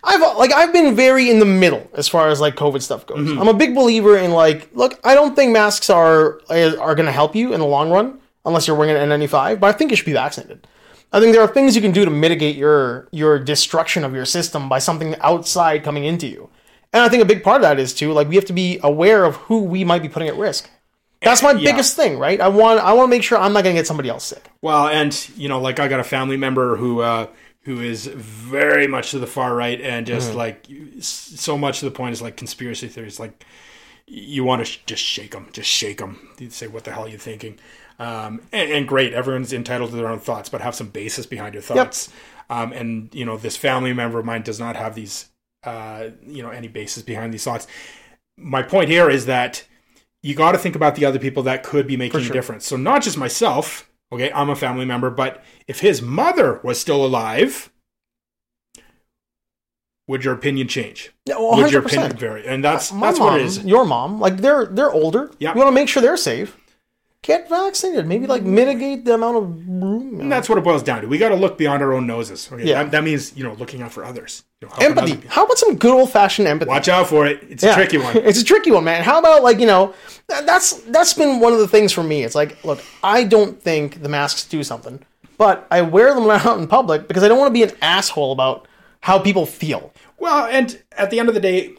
Speaker 2: I've like I've been very in the middle as far as like COVID stuff goes. I'm a big believer in like, look, I don't think masks are are going to help you in the long run unless you're wearing an N95, but I think you should be vaccinated. I think there are things you can do to mitigate your your destruction of your system by something outside coming into you. And I think a big part of that is too like we have to be aware of who we might be putting at risk. That's my biggest thing, right? I want I want to make sure I'm not going to get somebody else sick.
Speaker 1: Well, and you know, like I got a family member who uh, who is very much to the far right and
Speaker 2: Mm.
Speaker 1: just like s- so much to the point is like conspiracy theories. Like you want to sh- just shake them, just shake them. You say, "What the hell are you thinking?" Um, and, and great, everyone's entitled to their own thoughts, but have some basis behind your thoughts. Um, and you know, this family member of mine does not have these, uh, you know, any basis behind these thoughts. My point here is that you got to think about the other people that could be making a difference. So not just myself. Okay, I'm a family member, but if his mother was still alive, would your opinion change?
Speaker 2: No,
Speaker 1: Would your
Speaker 2: 100%.
Speaker 1: opinion vary? And that's
Speaker 2: my
Speaker 1: that's
Speaker 2: mom,
Speaker 1: what it is.
Speaker 2: your mom, like they're they're older.
Speaker 1: Yeah.
Speaker 2: You want to make sure they're safe. Get vaccinated. Maybe like mitigate the amount of room.
Speaker 1: And that's what it boils down to. We got to look beyond our own noses. Okay,
Speaker 2: Yeah.
Speaker 1: that, that means you know looking out for others. You know, helping other
Speaker 2: empathy.
Speaker 1: people.
Speaker 2: How about some good old fashioned empathy?
Speaker 1: Watch out for it. It's a
Speaker 2: Yeah.
Speaker 1: tricky one.
Speaker 2: it's a tricky one, man. How about like you know, th- that's that's been one of the things for me. It's like, look, I don't think the masks do something, but I wear them when I'm out in public because I don't want to be an asshole about how people feel.
Speaker 1: Well, and at the end of the day,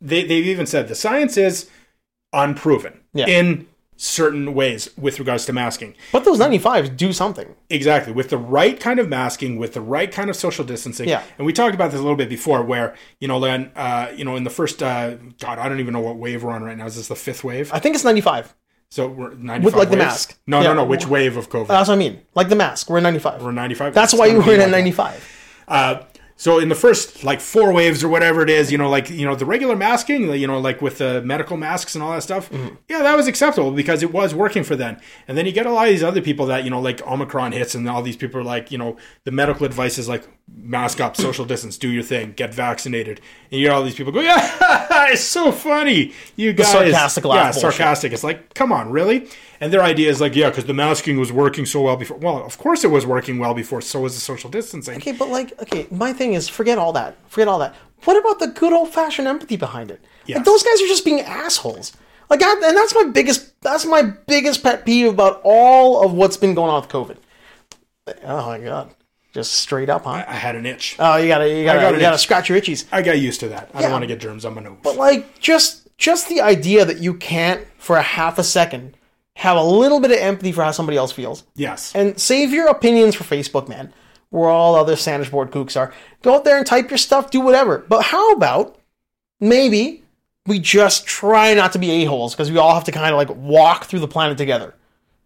Speaker 1: they they've even said the science is unproven
Speaker 2: Yeah.
Speaker 1: in certain ways with regards to masking.
Speaker 2: But those 95s do something.
Speaker 1: Exactly. With the right kind of masking, with the right kind of social distancing.
Speaker 2: Yeah.
Speaker 1: And we talked about this a little bit before where, you know, Len, uh, you know, in the first, uh, God, I don't even know what wave we're on right now. Is this the fifth wave?
Speaker 2: I think it's 95.
Speaker 1: So we're 95
Speaker 2: like, the
Speaker 1: waves?
Speaker 2: mask.
Speaker 1: No,
Speaker 2: Yeah.
Speaker 1: no, no. Which wave of COVID?
Speaker 2: That's what I mean. Like the mask, we're 95.
Speaker 1: we're 95.
Speaker 2: that's why you were in at 95.
Speaker 1: Uh, so in the first like four waves or whatever it is, you know, like you know the regular masking, you know, like with the medical masks and all that stuff.
Speaker 2: Mm-hmm.
Speaker 1: Yeah, that was acceptable because it was working for them. And then you get a lot of these other people that you know, like Omicron hits, and all these people are like, you know, the medical advice is like mask up, social distance, do your thing, get vaccinated. And you get all these people go, yeah, it's so funny, you guys,
Speaker 2: sarcastic laugh
Speaker 1: yeah,
Speaker 2: bullshit.
Speaker 1: sarcastic. It's like, come on, really? And their idea is like, yeah, because the masking was working so well before. Well, of course it was working well before. So was the social distancing.
Speaker 2: Okay, but like, okay, my thing is forget all that. Forget all that. What about the good old fashioned empathy behind it? Like
Speaker 1: Yes.
Speaker 2: those guys are just being assholes. Like, I, and that's my biggest that's my biggest pet peeve about all of what's been going on with COVID. Oh my god, just straight up, huh?
Speaker 1: I had an itch.
Speaker 2: Oh, you gotta you gotta
Speaker 1: got
Speaker 2: you
Speaker 1: an
Speaker 2: gotta
Speaker 1: itch.
Speaker 2: scratch your itchies.
Speaker 1: I got used to that. I don't want to get germs on my nose.
Speaker 2: But like, just just the idea that you can't for a half a second have a little bit of empathy for how somebody else feels
Speaker 1: yes.
Speaker 2: and save your opinions for Facebook, man, where all other sandwich board kooks are. Go out there and type your stuff, do whatever. But how about maybe we just try not to be a-holes because we all have to kind of like walk through the planet together.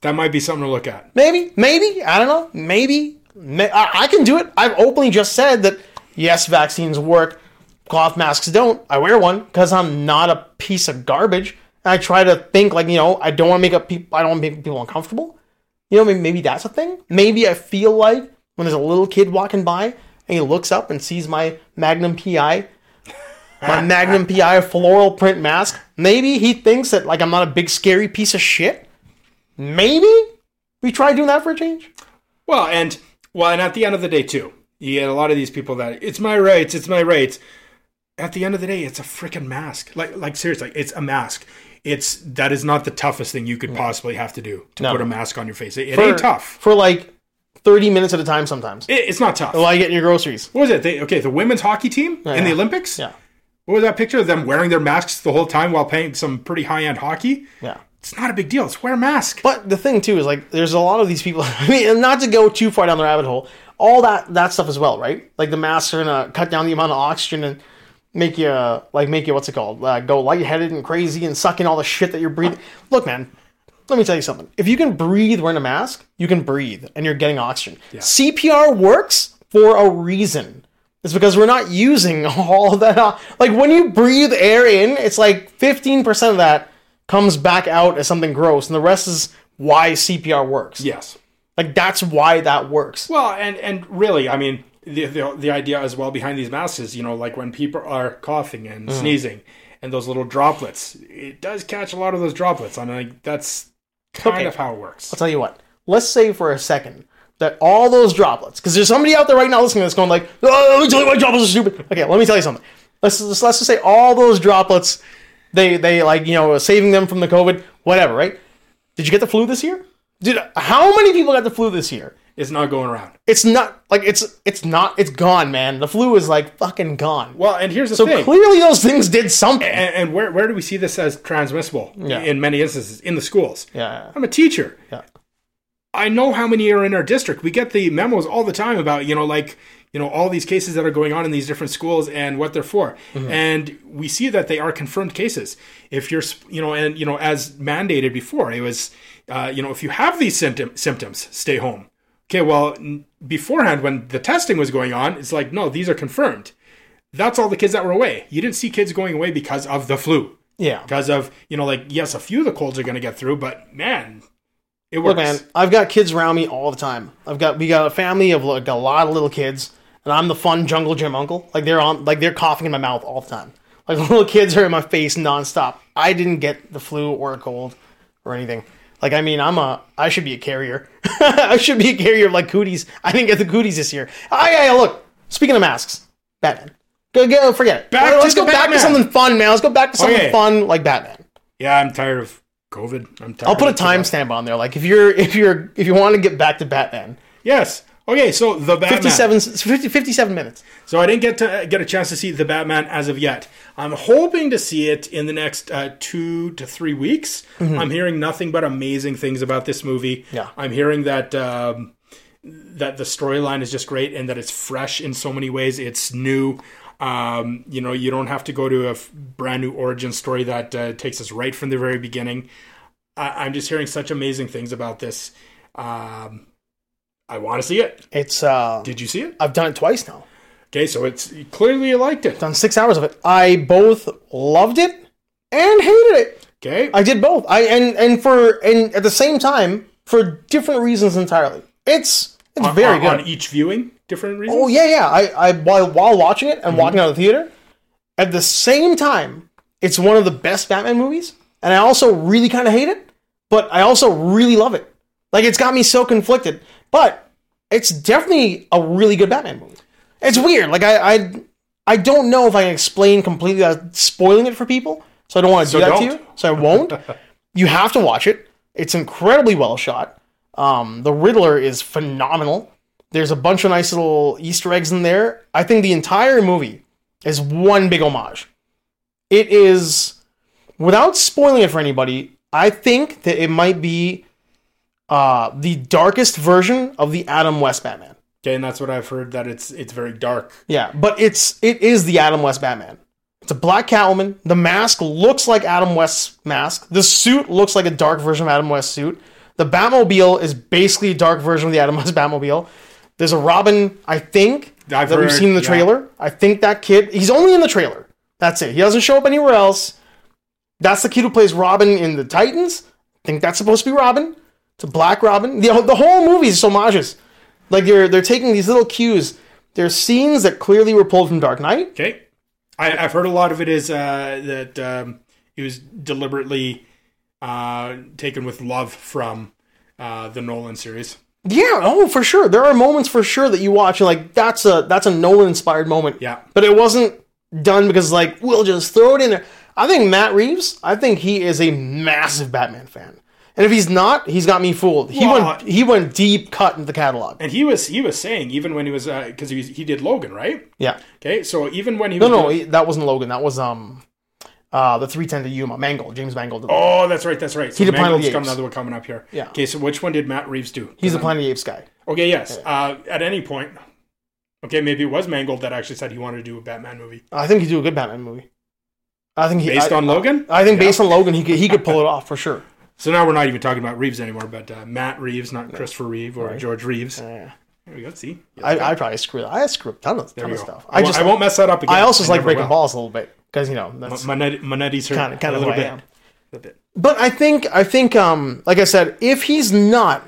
Speaker 1: that might be something to look at.
Speaker 2: Maybe, maybe, I don't know, maybe. May- I-, I can do it. I've openly just said that yes, vaccines work, cloth masks don't. I wear one because I'm not a piece of garbage. And I try to think like, you know, I don't want to make up people, I don't want to make people uncomfortable. You know, maybe, maybe that's a thing. Maybe I feel like when there's a little kid walking by and he looks up and sees my Magnum PI, my Magnum PI floral print mask, maybe he thinks that like I'm not a big scary piece of shit. Maybe we try doing that for a change.
Speaker 1: Well, and well, and at the end of the day, too, you get a lot of these people that it's my rights, it's my rights. at the end of the day, it's a freaking mask. Like, like seriously, it's a mask. It's that is not the toughest thing you could possibly have to do to
Speaker 2: Mm. No.
Speaker 1: put a mask on your face. It, it
Speaker 2: for,
Speaker 1: ain't tough.
Speaker 2: for like 30 minutes at a time sometimes
Speaker 1: It, it's not tough.
Speaker 2: while you get your groceries.
Speaker 1: what was it? They, okay, the women's hockey team in the
Speaker 2: Oh, yeah.
Speaker 1: Olympics.
Speaker 2: Yeah.
Speaker 1: What was that picture of them wearing their masks the whole time while playing some pretty high end hockey?
Speaker 2: Yeah.
Speaker 1: It's not a big deal. It's wear a mask.
Speaker 2: But the thing too is like there's a lot of these people. I mean, and not to go too far down the rabbit hole, all that that stuff as well, right? Like the masks are gonna cut down the amount of oxygen and make you uh, like make you what's it called? Uh, go lightheaded and crazy and suck in all the shit that you're breathing. Look, man, let me tell you something. If you can breathe wearing a mask, you can breathe and you're getting oxygen. CPR works for a reason. It's because we're not using all that. o- Like when you breathe air in, it's like 15% of that comes back out as something gross, and the rest is why CPR works.
Speaker 1: yes.
Speaker 2: Like that's why that works.
Speaker 1: Well, and and really, I mean, the, the the idea as well behind these masks is, you know, like when people are coughing
Speaker 2: Mm.
Speaker 1: and sneezing and those little droplets, it does catch a lot of those droplets. I mean, like, that's kind
Speaker 2: Okay.
Speaker 1: of how it works.
Speaker 2: I'll tell you what. Let's say for a second that all those droplets, because there's somebody out there right now listening to this going like, oh, let me tell you why droplets are stupid. Okay, let me tell you something. Let's just, let's just say all those droplets, they they like you know saving them from the COVID, whatever, right? Did you get the flu this year? Dude, how many people got the flu this year?
Speaker 1: It's not going around.
Speaker 2: It's not like it's it's not it's gone, man. The flu is like fucking gone.
Speaker 1: Well, and here's the thing.
Speaker 2: Clearly, those things did something.
Speaker 1: and, and where, where do we see this as transmissible in many instances in the schools
Speaker 2: Yeah.
Speaker 1: i'm a teacher
Speaker 2: Yeah.
Speaker 1: i know how many are in our district we get the memos all the time about you know like you know all these cases that are going on in these different schools and what they're for
Speaker 2: Mm-hmm.
Speaker 1: and we see that they are confirmed cases if you're sp- you know and you know as mandated before it was uh, you know if you have these symptom- symptoms stay home okay well n- beforehand when the testing was going on it's like no these are confirmed that's all the kids that were away you didn't see kids going away because of the flu
Speaker 2: Yeah.
Speaker 1: because of you know like yes a few of the colds are going to get through but man it works
Speaker 2: Look, man, I've got kids around me all the time. I've got we got a family of like a lot of little kids, and I'm the fun jungle gym uncle. Like they're on, like they're coughing in my mouth all the time. Like little kids are in my face nonstop. I didn't get the flu or a cold or anything. Like I mean, I'm a I should be a carrier. I should be a carrier of like cooties. I didn't get the cooties this year. I, I look. Speaking of masks, Batman. Go, go forget it.
Speaker 1: Back to
Speaker 2: let's
Speaker 1: the
Speaker 2: go back
Speaker 1: Batman.
Speaker 2: to something fun, man. Let's go back to something
Speaker 1: Okay.
Speaker 2: fun like Batman.
Speaker 1: yeah i'm tired of covid i'm tired
Speaker 2: I'll put a
Speaker 1: of-
Speaker 2: timestamp on there. Like if you're if you're if you want to get back to Batman,
Speaker 1: yes okay so the batman
Speaker 2: 57, s- 50 57 minutes.
Speaker 1: so i didn't get to get a chance to see the batman as of yet i'm hoping to see it in the next uh, two to three weeks i'm hearing nothing but amazing things about this movie
Speaker 2: Yeah.
Speaker 1: i'm hearing that um, that the storyline is just great and that it's fresh in so many ways. It's new. Um, you know, you don't have to go to a f- brand new origin story that uh, takes us right from the very beginning. I- I'm just hearing such amazing things about this. Um, I want to see it.
Speaker 2: It's uh,
Speaker 1: Did you see it?
Speaker 2: I've done it twice now.
Speaker 1: Okay, so it's clearly you liked it.
Speaker 2: Done six hours of it. I both loved it and hated it.
Speaker 1: Okay,
Speaker 2: I did both. I and and for and at the same time for different reasons entirely. It's it's very
Speaker 1: on,
Speaker 2: good.
Speaker 1: on each viewing, different reasons.
Speaker 2: Oh yeah, yeah. I, I while while watching it
Speaker 1: Mm-hmm.
Speaker 2: and walking out of the theater, at the same time, it's one of the best Batman movies, and I also really kind of hate it, but I also really love it. Like it's got me so conflicted, but it's definitely a really good Batman movie. It's weird. Like I I, I don't know if I can explain completely without spoiling it for people, so I don't want to do that
Speaker 1: don't.
Speaker 2: to you, so I won't. you have to watch it. It's incredibly well shot. Um, the Riddler is phenomenal. There's a bunch of nice little Easter eggs in there. I think the entire movie is one big homage. It is, without spoiling it for anybody, I think that it might be uh, the darkest version of the Adam West Batman.
Speaker 1: Okay, and that's what I've heard that it's it's very dark.
Speaker 2: Yeah, but it's it is the Adam West Batman. It's a black Catwoman. The mask looks like Adam West's mask. The suit looks like a dark version of Adam West's suit. The Batmobile is basically a dark version of the Adam West Batmobile. There's a Robin, I think,
Speaker 1: I've
Speaker 2: that
Speaker 1: heard,
Speaker 2: we've seen in the
Speaker 1: yeah.
Speaker 2: trailer. I think that kid, he's only in the trailer. That's it. He doesn't show up anywhere else. That's the kid who plays Robin in the Titans. I think that's supposed to be Robin. It's a black Robin. The, the whole movie is homages. Like they're they're taking these little cues. There's scenes that clearly were pulled from Dark Knight.
Speaker 1: Okay, I, I've heard a lot of it is uh, that um, it was deliberately uh, taken with love from uh, the Nolan series.
Speaker 2: Yeah, oh for sure. There are moments for sure that you watch and like that's a that's a Nolan inspired moment.
Speaker 1: Yeah.
Speaker 2: But it wasn't done because like we'll just throw it in there. I think Matt Reeves, I think he is a massive Batman fan. And if he's not, he's got me fooled. He
Speaker 1: Well,
Speaker 2: went he went deep cut into the catalog.
Speaker 1: And he was he was saying even when he was because he, he did Logan right.
Speaker 2: Yeah.
Speaker 1: Okay, so even when he
Speaker 2: No,
Speaker 1: was
Speaker 2: no,
Speaker 1: doing-
Speaker 2: he- that wasn't Logan. That was um uh the 310 to Yuma, Mangold, James Mangold. did that.
Speaker 1: oh that's right that's right. So
Speaker 2: did Planet of
Speaker 1: Mangold's
Speaker 2: the
Speaker 1: got
Speaker 2: Apes.
Speaker 1: another one coming up here.
Speaker 2: Yeah.
Speaker 1: Okay, so which one did Matt Reeves do?
Speaker 2: He's a Planet of the Apes guy.
Speaker 1: Okay, yes. Uh, at any point, okay, maybe it was Mangold that actually said he wanted to do a Batman movie
Speaker 2: I think he'd do a good Batman movie. I think he
Speaker 1: based
Speaker 2: I,
Speaker 1: on Logan.
Speaker 2: I think based on Logan, he could, he could pull it off for sure.
Speaker 1: so now we're not even talking about Reeves anymore, but uh, Matt Reeves, not Christopher Reeve or George Reeves.
Speaker 2: Yeah.
Speaker 1: There we go. See,
Speaker 2: I, I probably screw that. I screw a ton of, ton
Speaker 1: There
Speaker 2: of
Speaker 1: you go.
Speaker 2: stuff. I just
Speaker 1: I won't mess that up again.
Speaker 2: I also just like
Speaker 1: never
Speaker 2: breaking
Speaker 1: will.
Speaker 2: balls a little bit because you know that's
Speaker 1: Monetti- Monetti's her
Speaker 2: kind of kind
Speaker 1: a
Speaker 2: of
Speaker 1: little
Speaker 2: what I
Speaker 1: bit.
Speaker 2: am.
Speaker 1: A bit.
Speaker 2: But I think I think um like I said, if he's not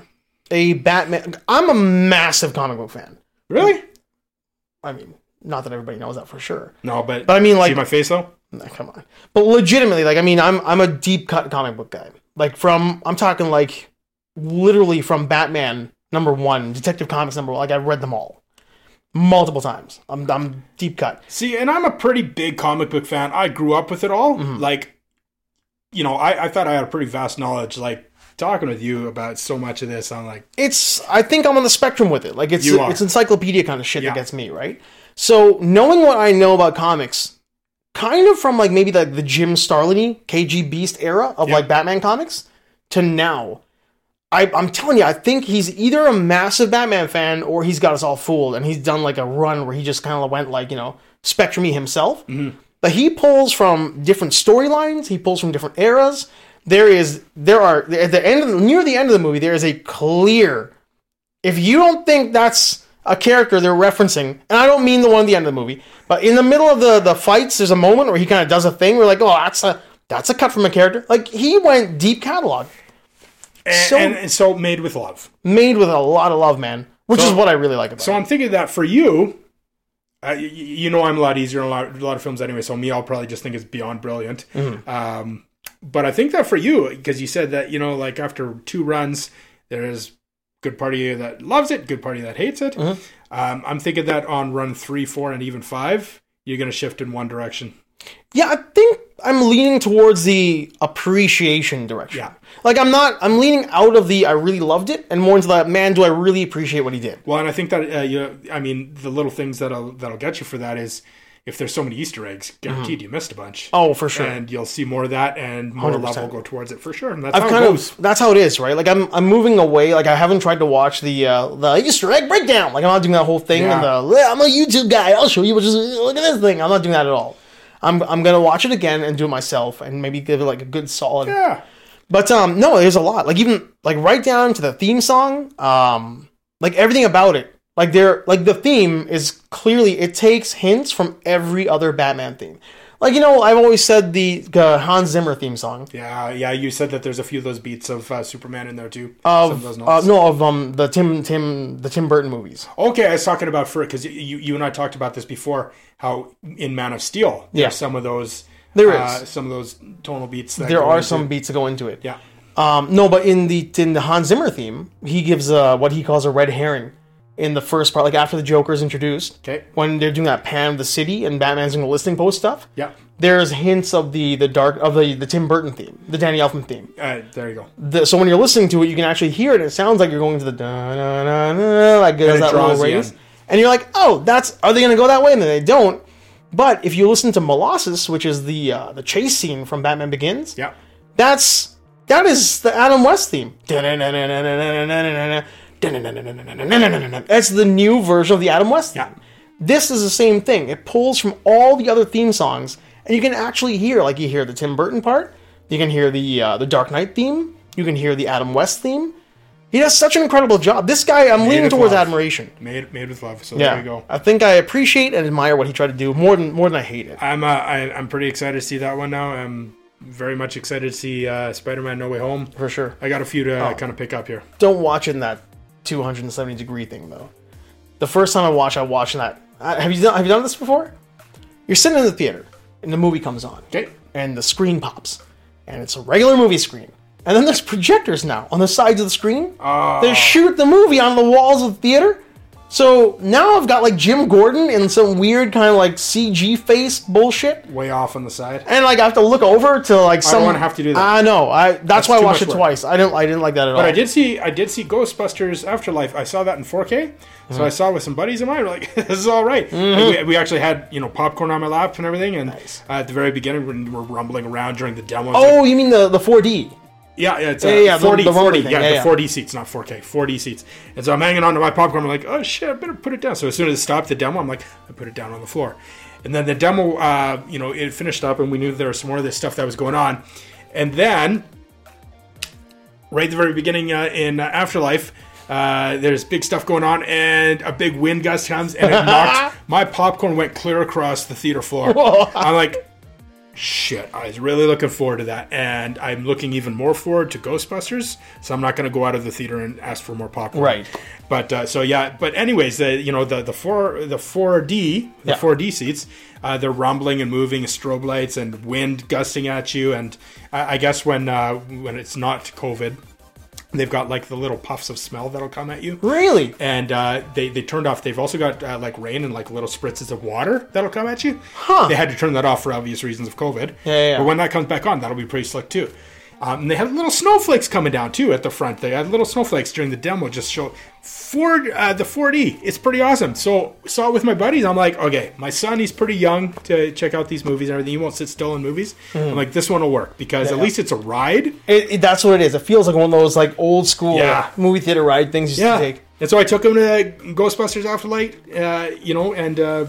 Speaker 2: a Batman, I'm a massive comic book fan.
Speaker 1: Really?
Speaker 2: I mean, not that everybody knows that for sure.
Speaker 1: No, but,
Speaker 2: But I mean,
Speaker 1: see
Speaker 2: like,
Speaker 1: my face though.
Speaker 2: nah, come on. But legitimately, like, I mean, I'm I'm a deep cut comic book guy. Like from I'm talking like literally from Batman number one, Detective Comics number one. Like I've read them all multiple times. I'm I'm deep cut.
Speaker 1: See, and I'm a pretty big comic book fan. I grew up with it all.
Speaker 2: Mm-hmm.
Speaker 1: Like, you know, I, I thought I had a pretty vast knowledge. Like talking with you about so much of this, I'm like,
Speaker 2: it's I think I'm on the spectrum with it. Like it's
Speaker 1: You are.
Speaker 2: it's encyclopedia kind of shit
Speaker 1: Yeah.
Speaker 2: that gets me, right? So knowing what I know about comics, kind of from like maybe like the Jim Starliny, KG Beast era of like Batman comics to now. I, I'm telling you, I think he's either a massive Batman fan or he's got us all fooled and he's done like a run where he just kind of went like, you know, spectrumy himself. But he pulls from different storylines. He pulls from different eras. There is there are at the end of the, near the end of the movie there is a clear. If you don't think that's a character they're referencing, and I don't mean the one at the end of the movie, but in the middle of the the fights, there's a moment where he kind of does a thing. We're like, oh, that's a that's a cut from a character. Like he went deep catalog,
Speaker 1: and so,
Speaker 2: So-
Speaker 1: and, and so made with love.
Speaker 2: made with a lot of love, man, which is what I really like about.
Speaker 1: So
Speaker 2: it.
Speaker 1: I'm thinking that for you, uh, y- y- you know, I'm a lot easier on a lot, a lot of films anyway. So me, I'll probably just think it's beyond brilliant. Um, but I think that for you, because you said that you know, like after two runs, there is good part of you that loves it, good part of you that hates it. Um, I'm thinking that on run three, four, and even five, you're going to shift in one direction.
Speaker 2: Yeah, I think I'm leaning towards the appreciation direction.
Speaker 1: Yeah.
Speaker 2: Like I'm not I'm leaning out of the I really loved it and more into that man do I really appreciate what he did.
Speaker 1: Well, and I think that uh, you, I mean, the little things that'll that'll get you for that is if there's so many Easter eggs, guaranteed you missed a bunch.
Speaker 2: Oh, for sure.
Speaker 1: and you'll see more of that, and more love will go towards it for sure. And that's how
Speaker 2: kind
Speaker 1: it goes.
Speaker 2: of that's how it is, right? Like I'm I'm moving away. Like I haven't tried to watch the uh, the Easter egg breakdown. Like I'm not doing that whole thing. And
Speaker 1: Yeah.
Speaker 2: the "Yeah, I'm a YouTube guy. I'll show you. What just look at this thing. I'm not doing that at all. I'm I'm gonna watch it again and do it myself and maybe give it like a good solid.
Speaker 1: yeah,
Speaker 2: But um, no, there's a lot. Like even like right down to the theme song. Um, like everything about it. Like there, like the theme is clearly it takes hints from every other Batman theme. Like you know, I've always said the uh, Hans Zimmer theme song
Speaker 1: yeah, yeah. You said that there's a few of those beats of uh, Superman in there too. Some of
Speaker 2: of
Speaker 1: those
Speaker 2: uh,
Speaker 1: notes.
Speaker 2: no of um the Tim Tim the Tim Burton movies.
Speaker 1: okay, I was talking about for because you you and I talked about this before. How in Man of Steel, there's
Speaker 2: Yeah.
Speaker 1: some of those.
Speaker 2: There
Speaker 1: uh,
Speaker 2: is.
Speaker 1: some of those tonal beats. That
Speaker 2: There
Speaker 1: go
Speaker 2: are
Speaker 1: into-
Speaker 2: some beats that go into it.
Speaker 1: Yeah.
Speaker 2: Um, no, but in the in the Hans Zimmer theme, he gives uh, what he calls a red herring in the first part, like after the Joker is introduced.
Speaker 1: Okay.
Speaker 2: When they're doing that pan of the city and Batman's doing the listing post stuff.
Speaker 1: Yeah.
Speaker 2: There's hints of the the dark of the the Tim Burton theme, the Danny Elfman theme.
Speaker 1: Uh, there you go.
Speaker 2: The- so when you're listening to it, you can actually hear it. and It sounds like you're going to the da na na na, like does that little
Speaker 1: draws you
Speaker 2: raise,
Speaker 1: in.
Speaker 2: and you're like, oh, that's are they going to go that way? And then they don't. But if you listen to Molossus, which is the uh, the chase scene from Batman Begins,
Speaker 1: Yeah.
Speaker 2: that's that is the Adam West theme. That's the new version of the Adam West theme.
Speaker 1: Yeah.
Speaker 2: This is the same thing. It pulls from all the other theme songs, and you can actually hear like you hear the Tim Burton part, you can hear the uh, the Dark Knight theme, you can hear the Adam West theme. He does such an incredible job. This guy, I'm leaning
Speaker 1: it
Speaker 2: towards
Speaker 1: love.
Speaker 2: admiration.
Speaker 1: Made made with love. So
Speaker 2: Yeah,
Speaker 1: there you go.
Speaker 2: I think I appreciate and admire what he tried to do more than more than I hate it.
Speaker 1: I'm uh, I, I'm pretty excited to see that one now. I'm very much excited to see uh, Spider-Man: No Way Home.
Speaker 2: For sure. Oh.
Speaker 1: I got a few to uh kind of pick up here.
Speaker 2: don't watch it in that 270 degree thing though. The first time I watched, I watched in that. I- Have you done? Have you done this before? You're sitting in the theater, and the movie comes on,
Speaker 1: Okay.
Speaker 2: and the screen pops, and it's a regular movie screen. And then
Speaker 1: Ah.
Speaker 2: there's projectors now on the sides of the screen. They shoot the movie on the walls of the theater. So now I've got like Jim Gordon in some weird kind of like CG face bullshit,
Speaker 1: way off on the side.
Speaker 2: and like I have to look over to like
Speaker 1: don't
Speaker 2: someone.
Speaker 1: wanna have to do that.
Speaker 2: I know. I that's, why I
Speaker 1: too
Speaker 2: watched
Speaker 1: much
Speaker 2: it
Speaker 1: work.
Speaker 2: twice. I didn't. I didn't like that at all.
Speaker 1: But I did see I did see Ghostbusters Afterlife. I saw that in 4K.
Speaker 2: Mm-hmm.
Speaker 1: So I saw with some buddies of mine. We're like, this is all right. Like, we, we actually had you know popcorn on my lap and everything. And uh, at the very beginning, when we're rumbling around during the demo, it's like,
Speaker 2: Oh, you mean the the 4D?
Speaker 1: Yeah, yeah, it's uh,
Speaker 2: Yeah, yeah, the-
Speaker 1: 40,
Speaker 2: the roller
Speaker 1: 40,
Speaker 2: thing.
Speaker 1: yeah,
Speaker 2: Yeah,
Speaker 1: the
Speaker 2: yeah.
Speaker 1: 4D seats, not 4K, 4D seats. And so I'm hanging on to my popcorn. I'm like, oh shit, I better put it down. So as soon as it stopped the demo, I'm like, I put it down on the floor. And then the demo, uh, you know, it finished up, and we knew there was some more of this stuff that was going on. And then, right at the very beginning uh, in uh, Afterlife, uh, there's big stuff going on, and a big wind gust comes, and it knocked my popcorn went clear across the theater floor. I'm like, shit, I was really looking forward to that. And I'm looking even more forward to Ghostbusters. So I'm not going to go out of the theater and ask for more popcorn.
Speaker 2: Right.
Speaker 1: But uh, so yeah, but anyways, the you know the the four the four D the
Speaker 2: Yeah.
Speaker 1: four D seats, uh, they're rumbling and moving, strobe lights and wind gusting at you, and I, I guess when uh, when it's not COVID, they've got like the little puffs of smell that'll come at you
Speaker 2: Really?
Speaker 1: and uh, they they turned off. They've also got uh, like rain and like little spritzes of water that'll come at you. Huh. They had to turn that off for obvious reasons of COVID.
Speaker 2: Yeah, yeah, yeah.
Speaker 1: But when that comes back on, that'll be pretty slick too. Um, and they had little snowflakes coming down too at the front. They had little snowflakes during the demo. Just show Ford uh, the 4D. It's pretty awesome. So saw it with my buddies. I'm like, okay, my son he's pretty young to check out these movies and everything. He won't sit still in movies. I'm like, this one will work because at
Speaker 2: Mm. yeah.
Speaker 1: least it's a ride.
Speaker 2: It, it, that's what it is. It feels like one of those like old school
Speaker 1: Yeah.
Speaker 2: movie theater ride things you used
Speaker 1: Yeah.
Speaker 2: to take.
Speaker 1: And so I took him to Ghostbusters Afterlight, uh, you know, and uh,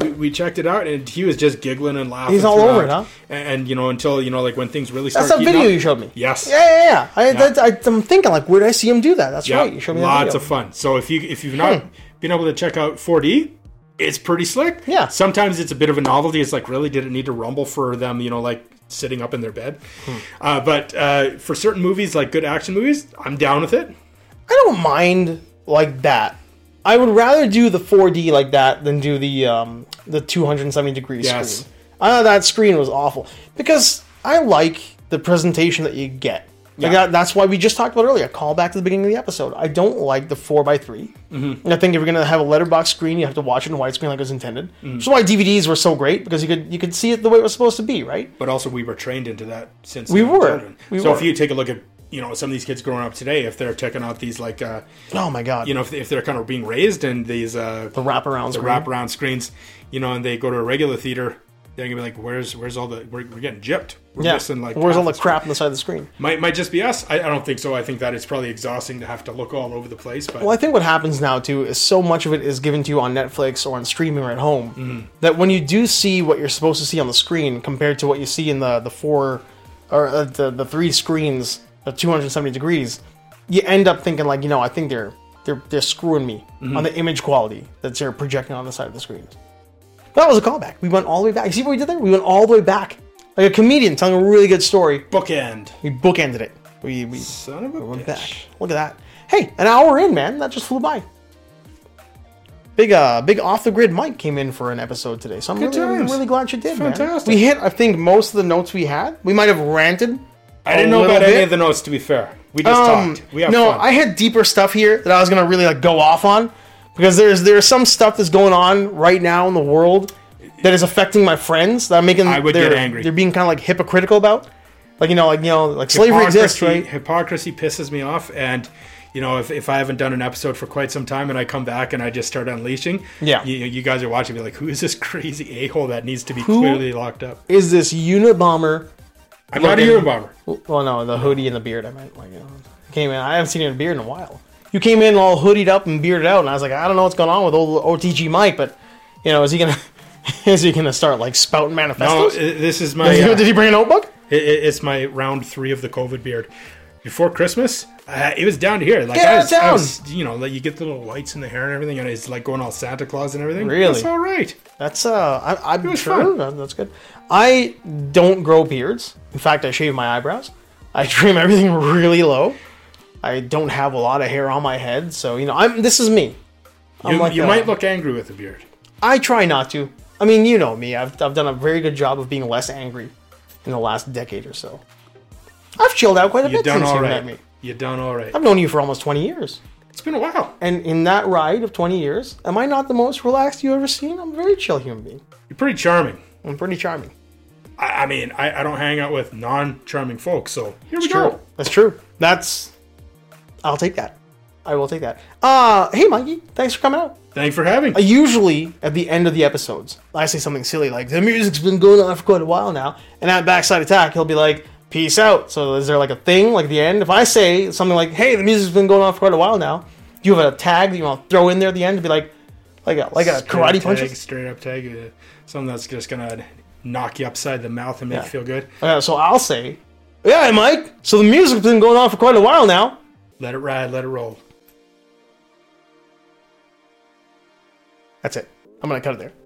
Speaker 1: we, we checked it out, and he was just giggling and laughing.
Speaker 2: He's all over it,
Speaker 1: throughout.
Speaker 2: huh?
Speaker 1: And, and, you know, until you know, like when things really start.
Speaker 2: That's that
Speaker 1: heating
Speaker 2: video
Speaker 1: up.
Speaker 2: you showed me.
Speaker 1: Yes.
Speaker 2: Yeah, yeah, yeah. I, That, I, I'm thinking like, where did I see him do that? That's
Speaker 1: Yeah,
Speaker 2: right. You showed me that
Speaker 1: lots
Speaker 2: video. Hmm.
Speaker 1: of fun. So if you if you've not been able to check out 4D, it's pretty slick.
Speaker 2: Yeah.
Speaker 1: Sometimes it's a bit of a novelty. It's like, really, did it need to rumble for them? You know, like sitting up in their bed.
Speaker 2: Hmm.
Speaker 1: Uh, but uh, for certain movies, like good action movies, I'm down with it.
Speaker 2: I don't mind like that. I would rather do the 4D like that than do the um, the 270 degree
Speaker 1: Yes.
Speaker 2: screen. I thought that screen was awful because I like the presentation that you get.
Speaker 1: Yeah.
Speaker 2: Like that, that's why we just talked about earlier. Call back to the beginning of the episode. I don't like the 4x3.
Speaker 1: Mm-hmm.
Speaker 2: And I think if you're going to have a letterbox screen, you have to watch it in widescreen like it was intended.
Speaker 1: Mm.
Speaker 2: So why DVDs were so great because you could you could see it the way it was supposed to be, right?
Speaker 1: but also we were trained into that since
Speaker 2: We
Speaker 1: were
Speaker 2: were.
Speaker 1: children.
Speaker 2: We
Speaker 1: so
Speaker 2: were.
Speaker 1: if you take a look at you know some of these kids growing up today, if they're checking out these like uh,
Speaker 2: Oh my god.
Speaker 1: you know if, if they're kind of being raised in these uh,
Speaker 2: the wraparound
Speaker 1: the
Speaker 2: screen.
Speaker 1: wraparound screens, you know, and they go to a regular theater, they're gonna be like, "Where's where's all the we're, we're getting gypped? We're
Speaker 2: yeah.
Speaker 1: missing like
Speaker 2: Where's all the
Speaker 1: half
Speaker 2: crap on the side of the screen?
Speaker 1: Might might just be us. I, I don't think so. I think that it's probably exhausting to have to look all over the place. But
Speaker 2: Well, I think what happens now too is so much of it is given to you on Netflix or on streaming or at home that when you do see what you're supposed to see on the screen compared to what you see in the the four or uh, the the three screens of 270 degrees, you end up thinking like, you know, I think they're they're they're screwing me on the image quality that they're projecting on the side of the screens. That was a callback. We went all the way back. You see what we did there? We went all the way back. Like a comedian telling a really good story,
Speaker 1: bookend,
Speaker 2: we bookended it. We, we
Speaker 1: son of a bitch.
Speaker 2: Look at that. Look at that. Hey, an hour in, man. That just flew by. Big uh big off the grid Mike came in for an episode today. So I'm really, really,
Speaker 1: times.
Speaker 2: really glad you did, man.
Speaker 1: Fantastic.
Speaker 2: We hit I think most of the notes we had. We might have ranted.
Speaker 1: I didn't know
Speaker 2: little
Speaker 1: about any
Speaker 2: bit.
Speaker 1: of the notes. To be fair, we just
Speaker 2: Um,
Speaker 1: talked. We have
Speaker 2: no,
Speaker 1: fun.
Speaker 2: I had deeper stuff here that I was gonna really like go off on because there's there's some stuff that's going on right now in the world that is affecting my friends that I'm making
Speaker 1: I would
Speaker 2: they're,
Speaker 1: get angry.
Speaker 2: They're being kind of like hypocritical about, like you know, like you know, like slavery exists,
Speaker 1: Hypocrisy-
Speaker 2: right?
Speaker 1: Hypocrisy pisses me off, and you know if, if I haven't done an episode for quite some time and I come back and I just start unleashing,
Speaker 2: Yeah.
Speaker 1: you, you guys are watching me like, who is this crazy a hole that needs to be
Speaker 2: Who-
Speaker 1: clearly locked up?
Speaker 2: Is this Unabomber
Speaker 1: I'm not a
Speaker 2: Logan-
Speaker 1: Unabomber.
Speaker 2: Well, no, the hoodie and the beard. I meant like you know, came in. I haven't seen you in a beard in a while. You came in all hoodied up and bearded out, and I was like, I don't know what's going on with old OTG Mike, but you know, is he gonna is he gonna start like spouting
Speaker 1: No, i-
Speaker 2: manifestos?
Speaker 1: this is my uh,
Speaker 2: Did he bring a notebook?
Speaker 1: i- i- it's my round three of the COVID beard. Before Christmas, uh, it was down to here. Like
Speaker 2: Get
Speaker 1: I
Speaker 2: out
Speaker 1: was,
Speaker 2: of
Speaker 1: I
Speaker 2: town.
Speaker 1: was- you know, like you get the little lights in the hair and everything, and it's like going all Santa Claus and everything.
Speaker 2: Really?
Speaker 1: it's all right.
Speaker 2: That's uh, I, I'm
Speaker 1: was
Speaker 2: sure
Speaker 1: fun.
Speaker 2: that- that's good. I don't grow beards. In fact, I shave my eyebrows. I trim everything really low. I don't have a lot of hair on my head, so you know, I'm this is me. I'm
Speaker 1: You,
Speaker 2: like
Speaker 1: you
Speaker 2: that.
Speaker 1: might look angry with a beard.
Speaker 2: I try not to. I mean, you know me. I've, I've done a very good job of being less angry in the last decade or so. I've chilled out quite a
Speaker 1: You've
Speaker 2: bit
Speaker 1: done
Speaker 2: since
Speaker 1: all
Speaker 2: you met
Speaker 1: right.
Speaker 2: me.
Speaker 1: You've done all right.
Speaker 2: I've known you for almost 20 years.
Speaker 1: It's been a while.
Speaker 2: And in that ride of 20 years, am I not the most relaxed you ever seen? I'm a very chill human being.
Speaker 1: You're pretty charming.
Speaker 2: I'm pretty charming.
Speaker 1: I, I mean, I, I don't hang out with non-charming folks, so here we
Speaker 2: It's true.
Speaker 1: go.
Speaker 2: That's true. That's. I'll take that. I will take that. Uh, hey, Mikey, thanks for coming out.
Speaker 1: Thanks for having.
Speaker 2: I usually at the end of the episodes, I say something silly like the music's been going on for quite a while now, and at Backside Attack, he'll be like, "Peace out." So is there like a thing like at the end? If I say something like, "Hey, the music's been going on for quite a while now," do you have a tag that you want to throw in there at the end to be like, like a like a
Speaker 1: Straight
Speaker 2: karate
Speaker 1: up
Speaker 2: punch?
Speaker 1: tag, straight up tag, uh, something that's just gonna knock you upside the mouth and make you feel good.
Speaker 2: Uh, so I'll say, "Yeah, Mike. So the music's been going on for quite a while now."
Speaker 1: Let it ride, let it roll.
Speaker 2: That's it. I'm gonna cut it there.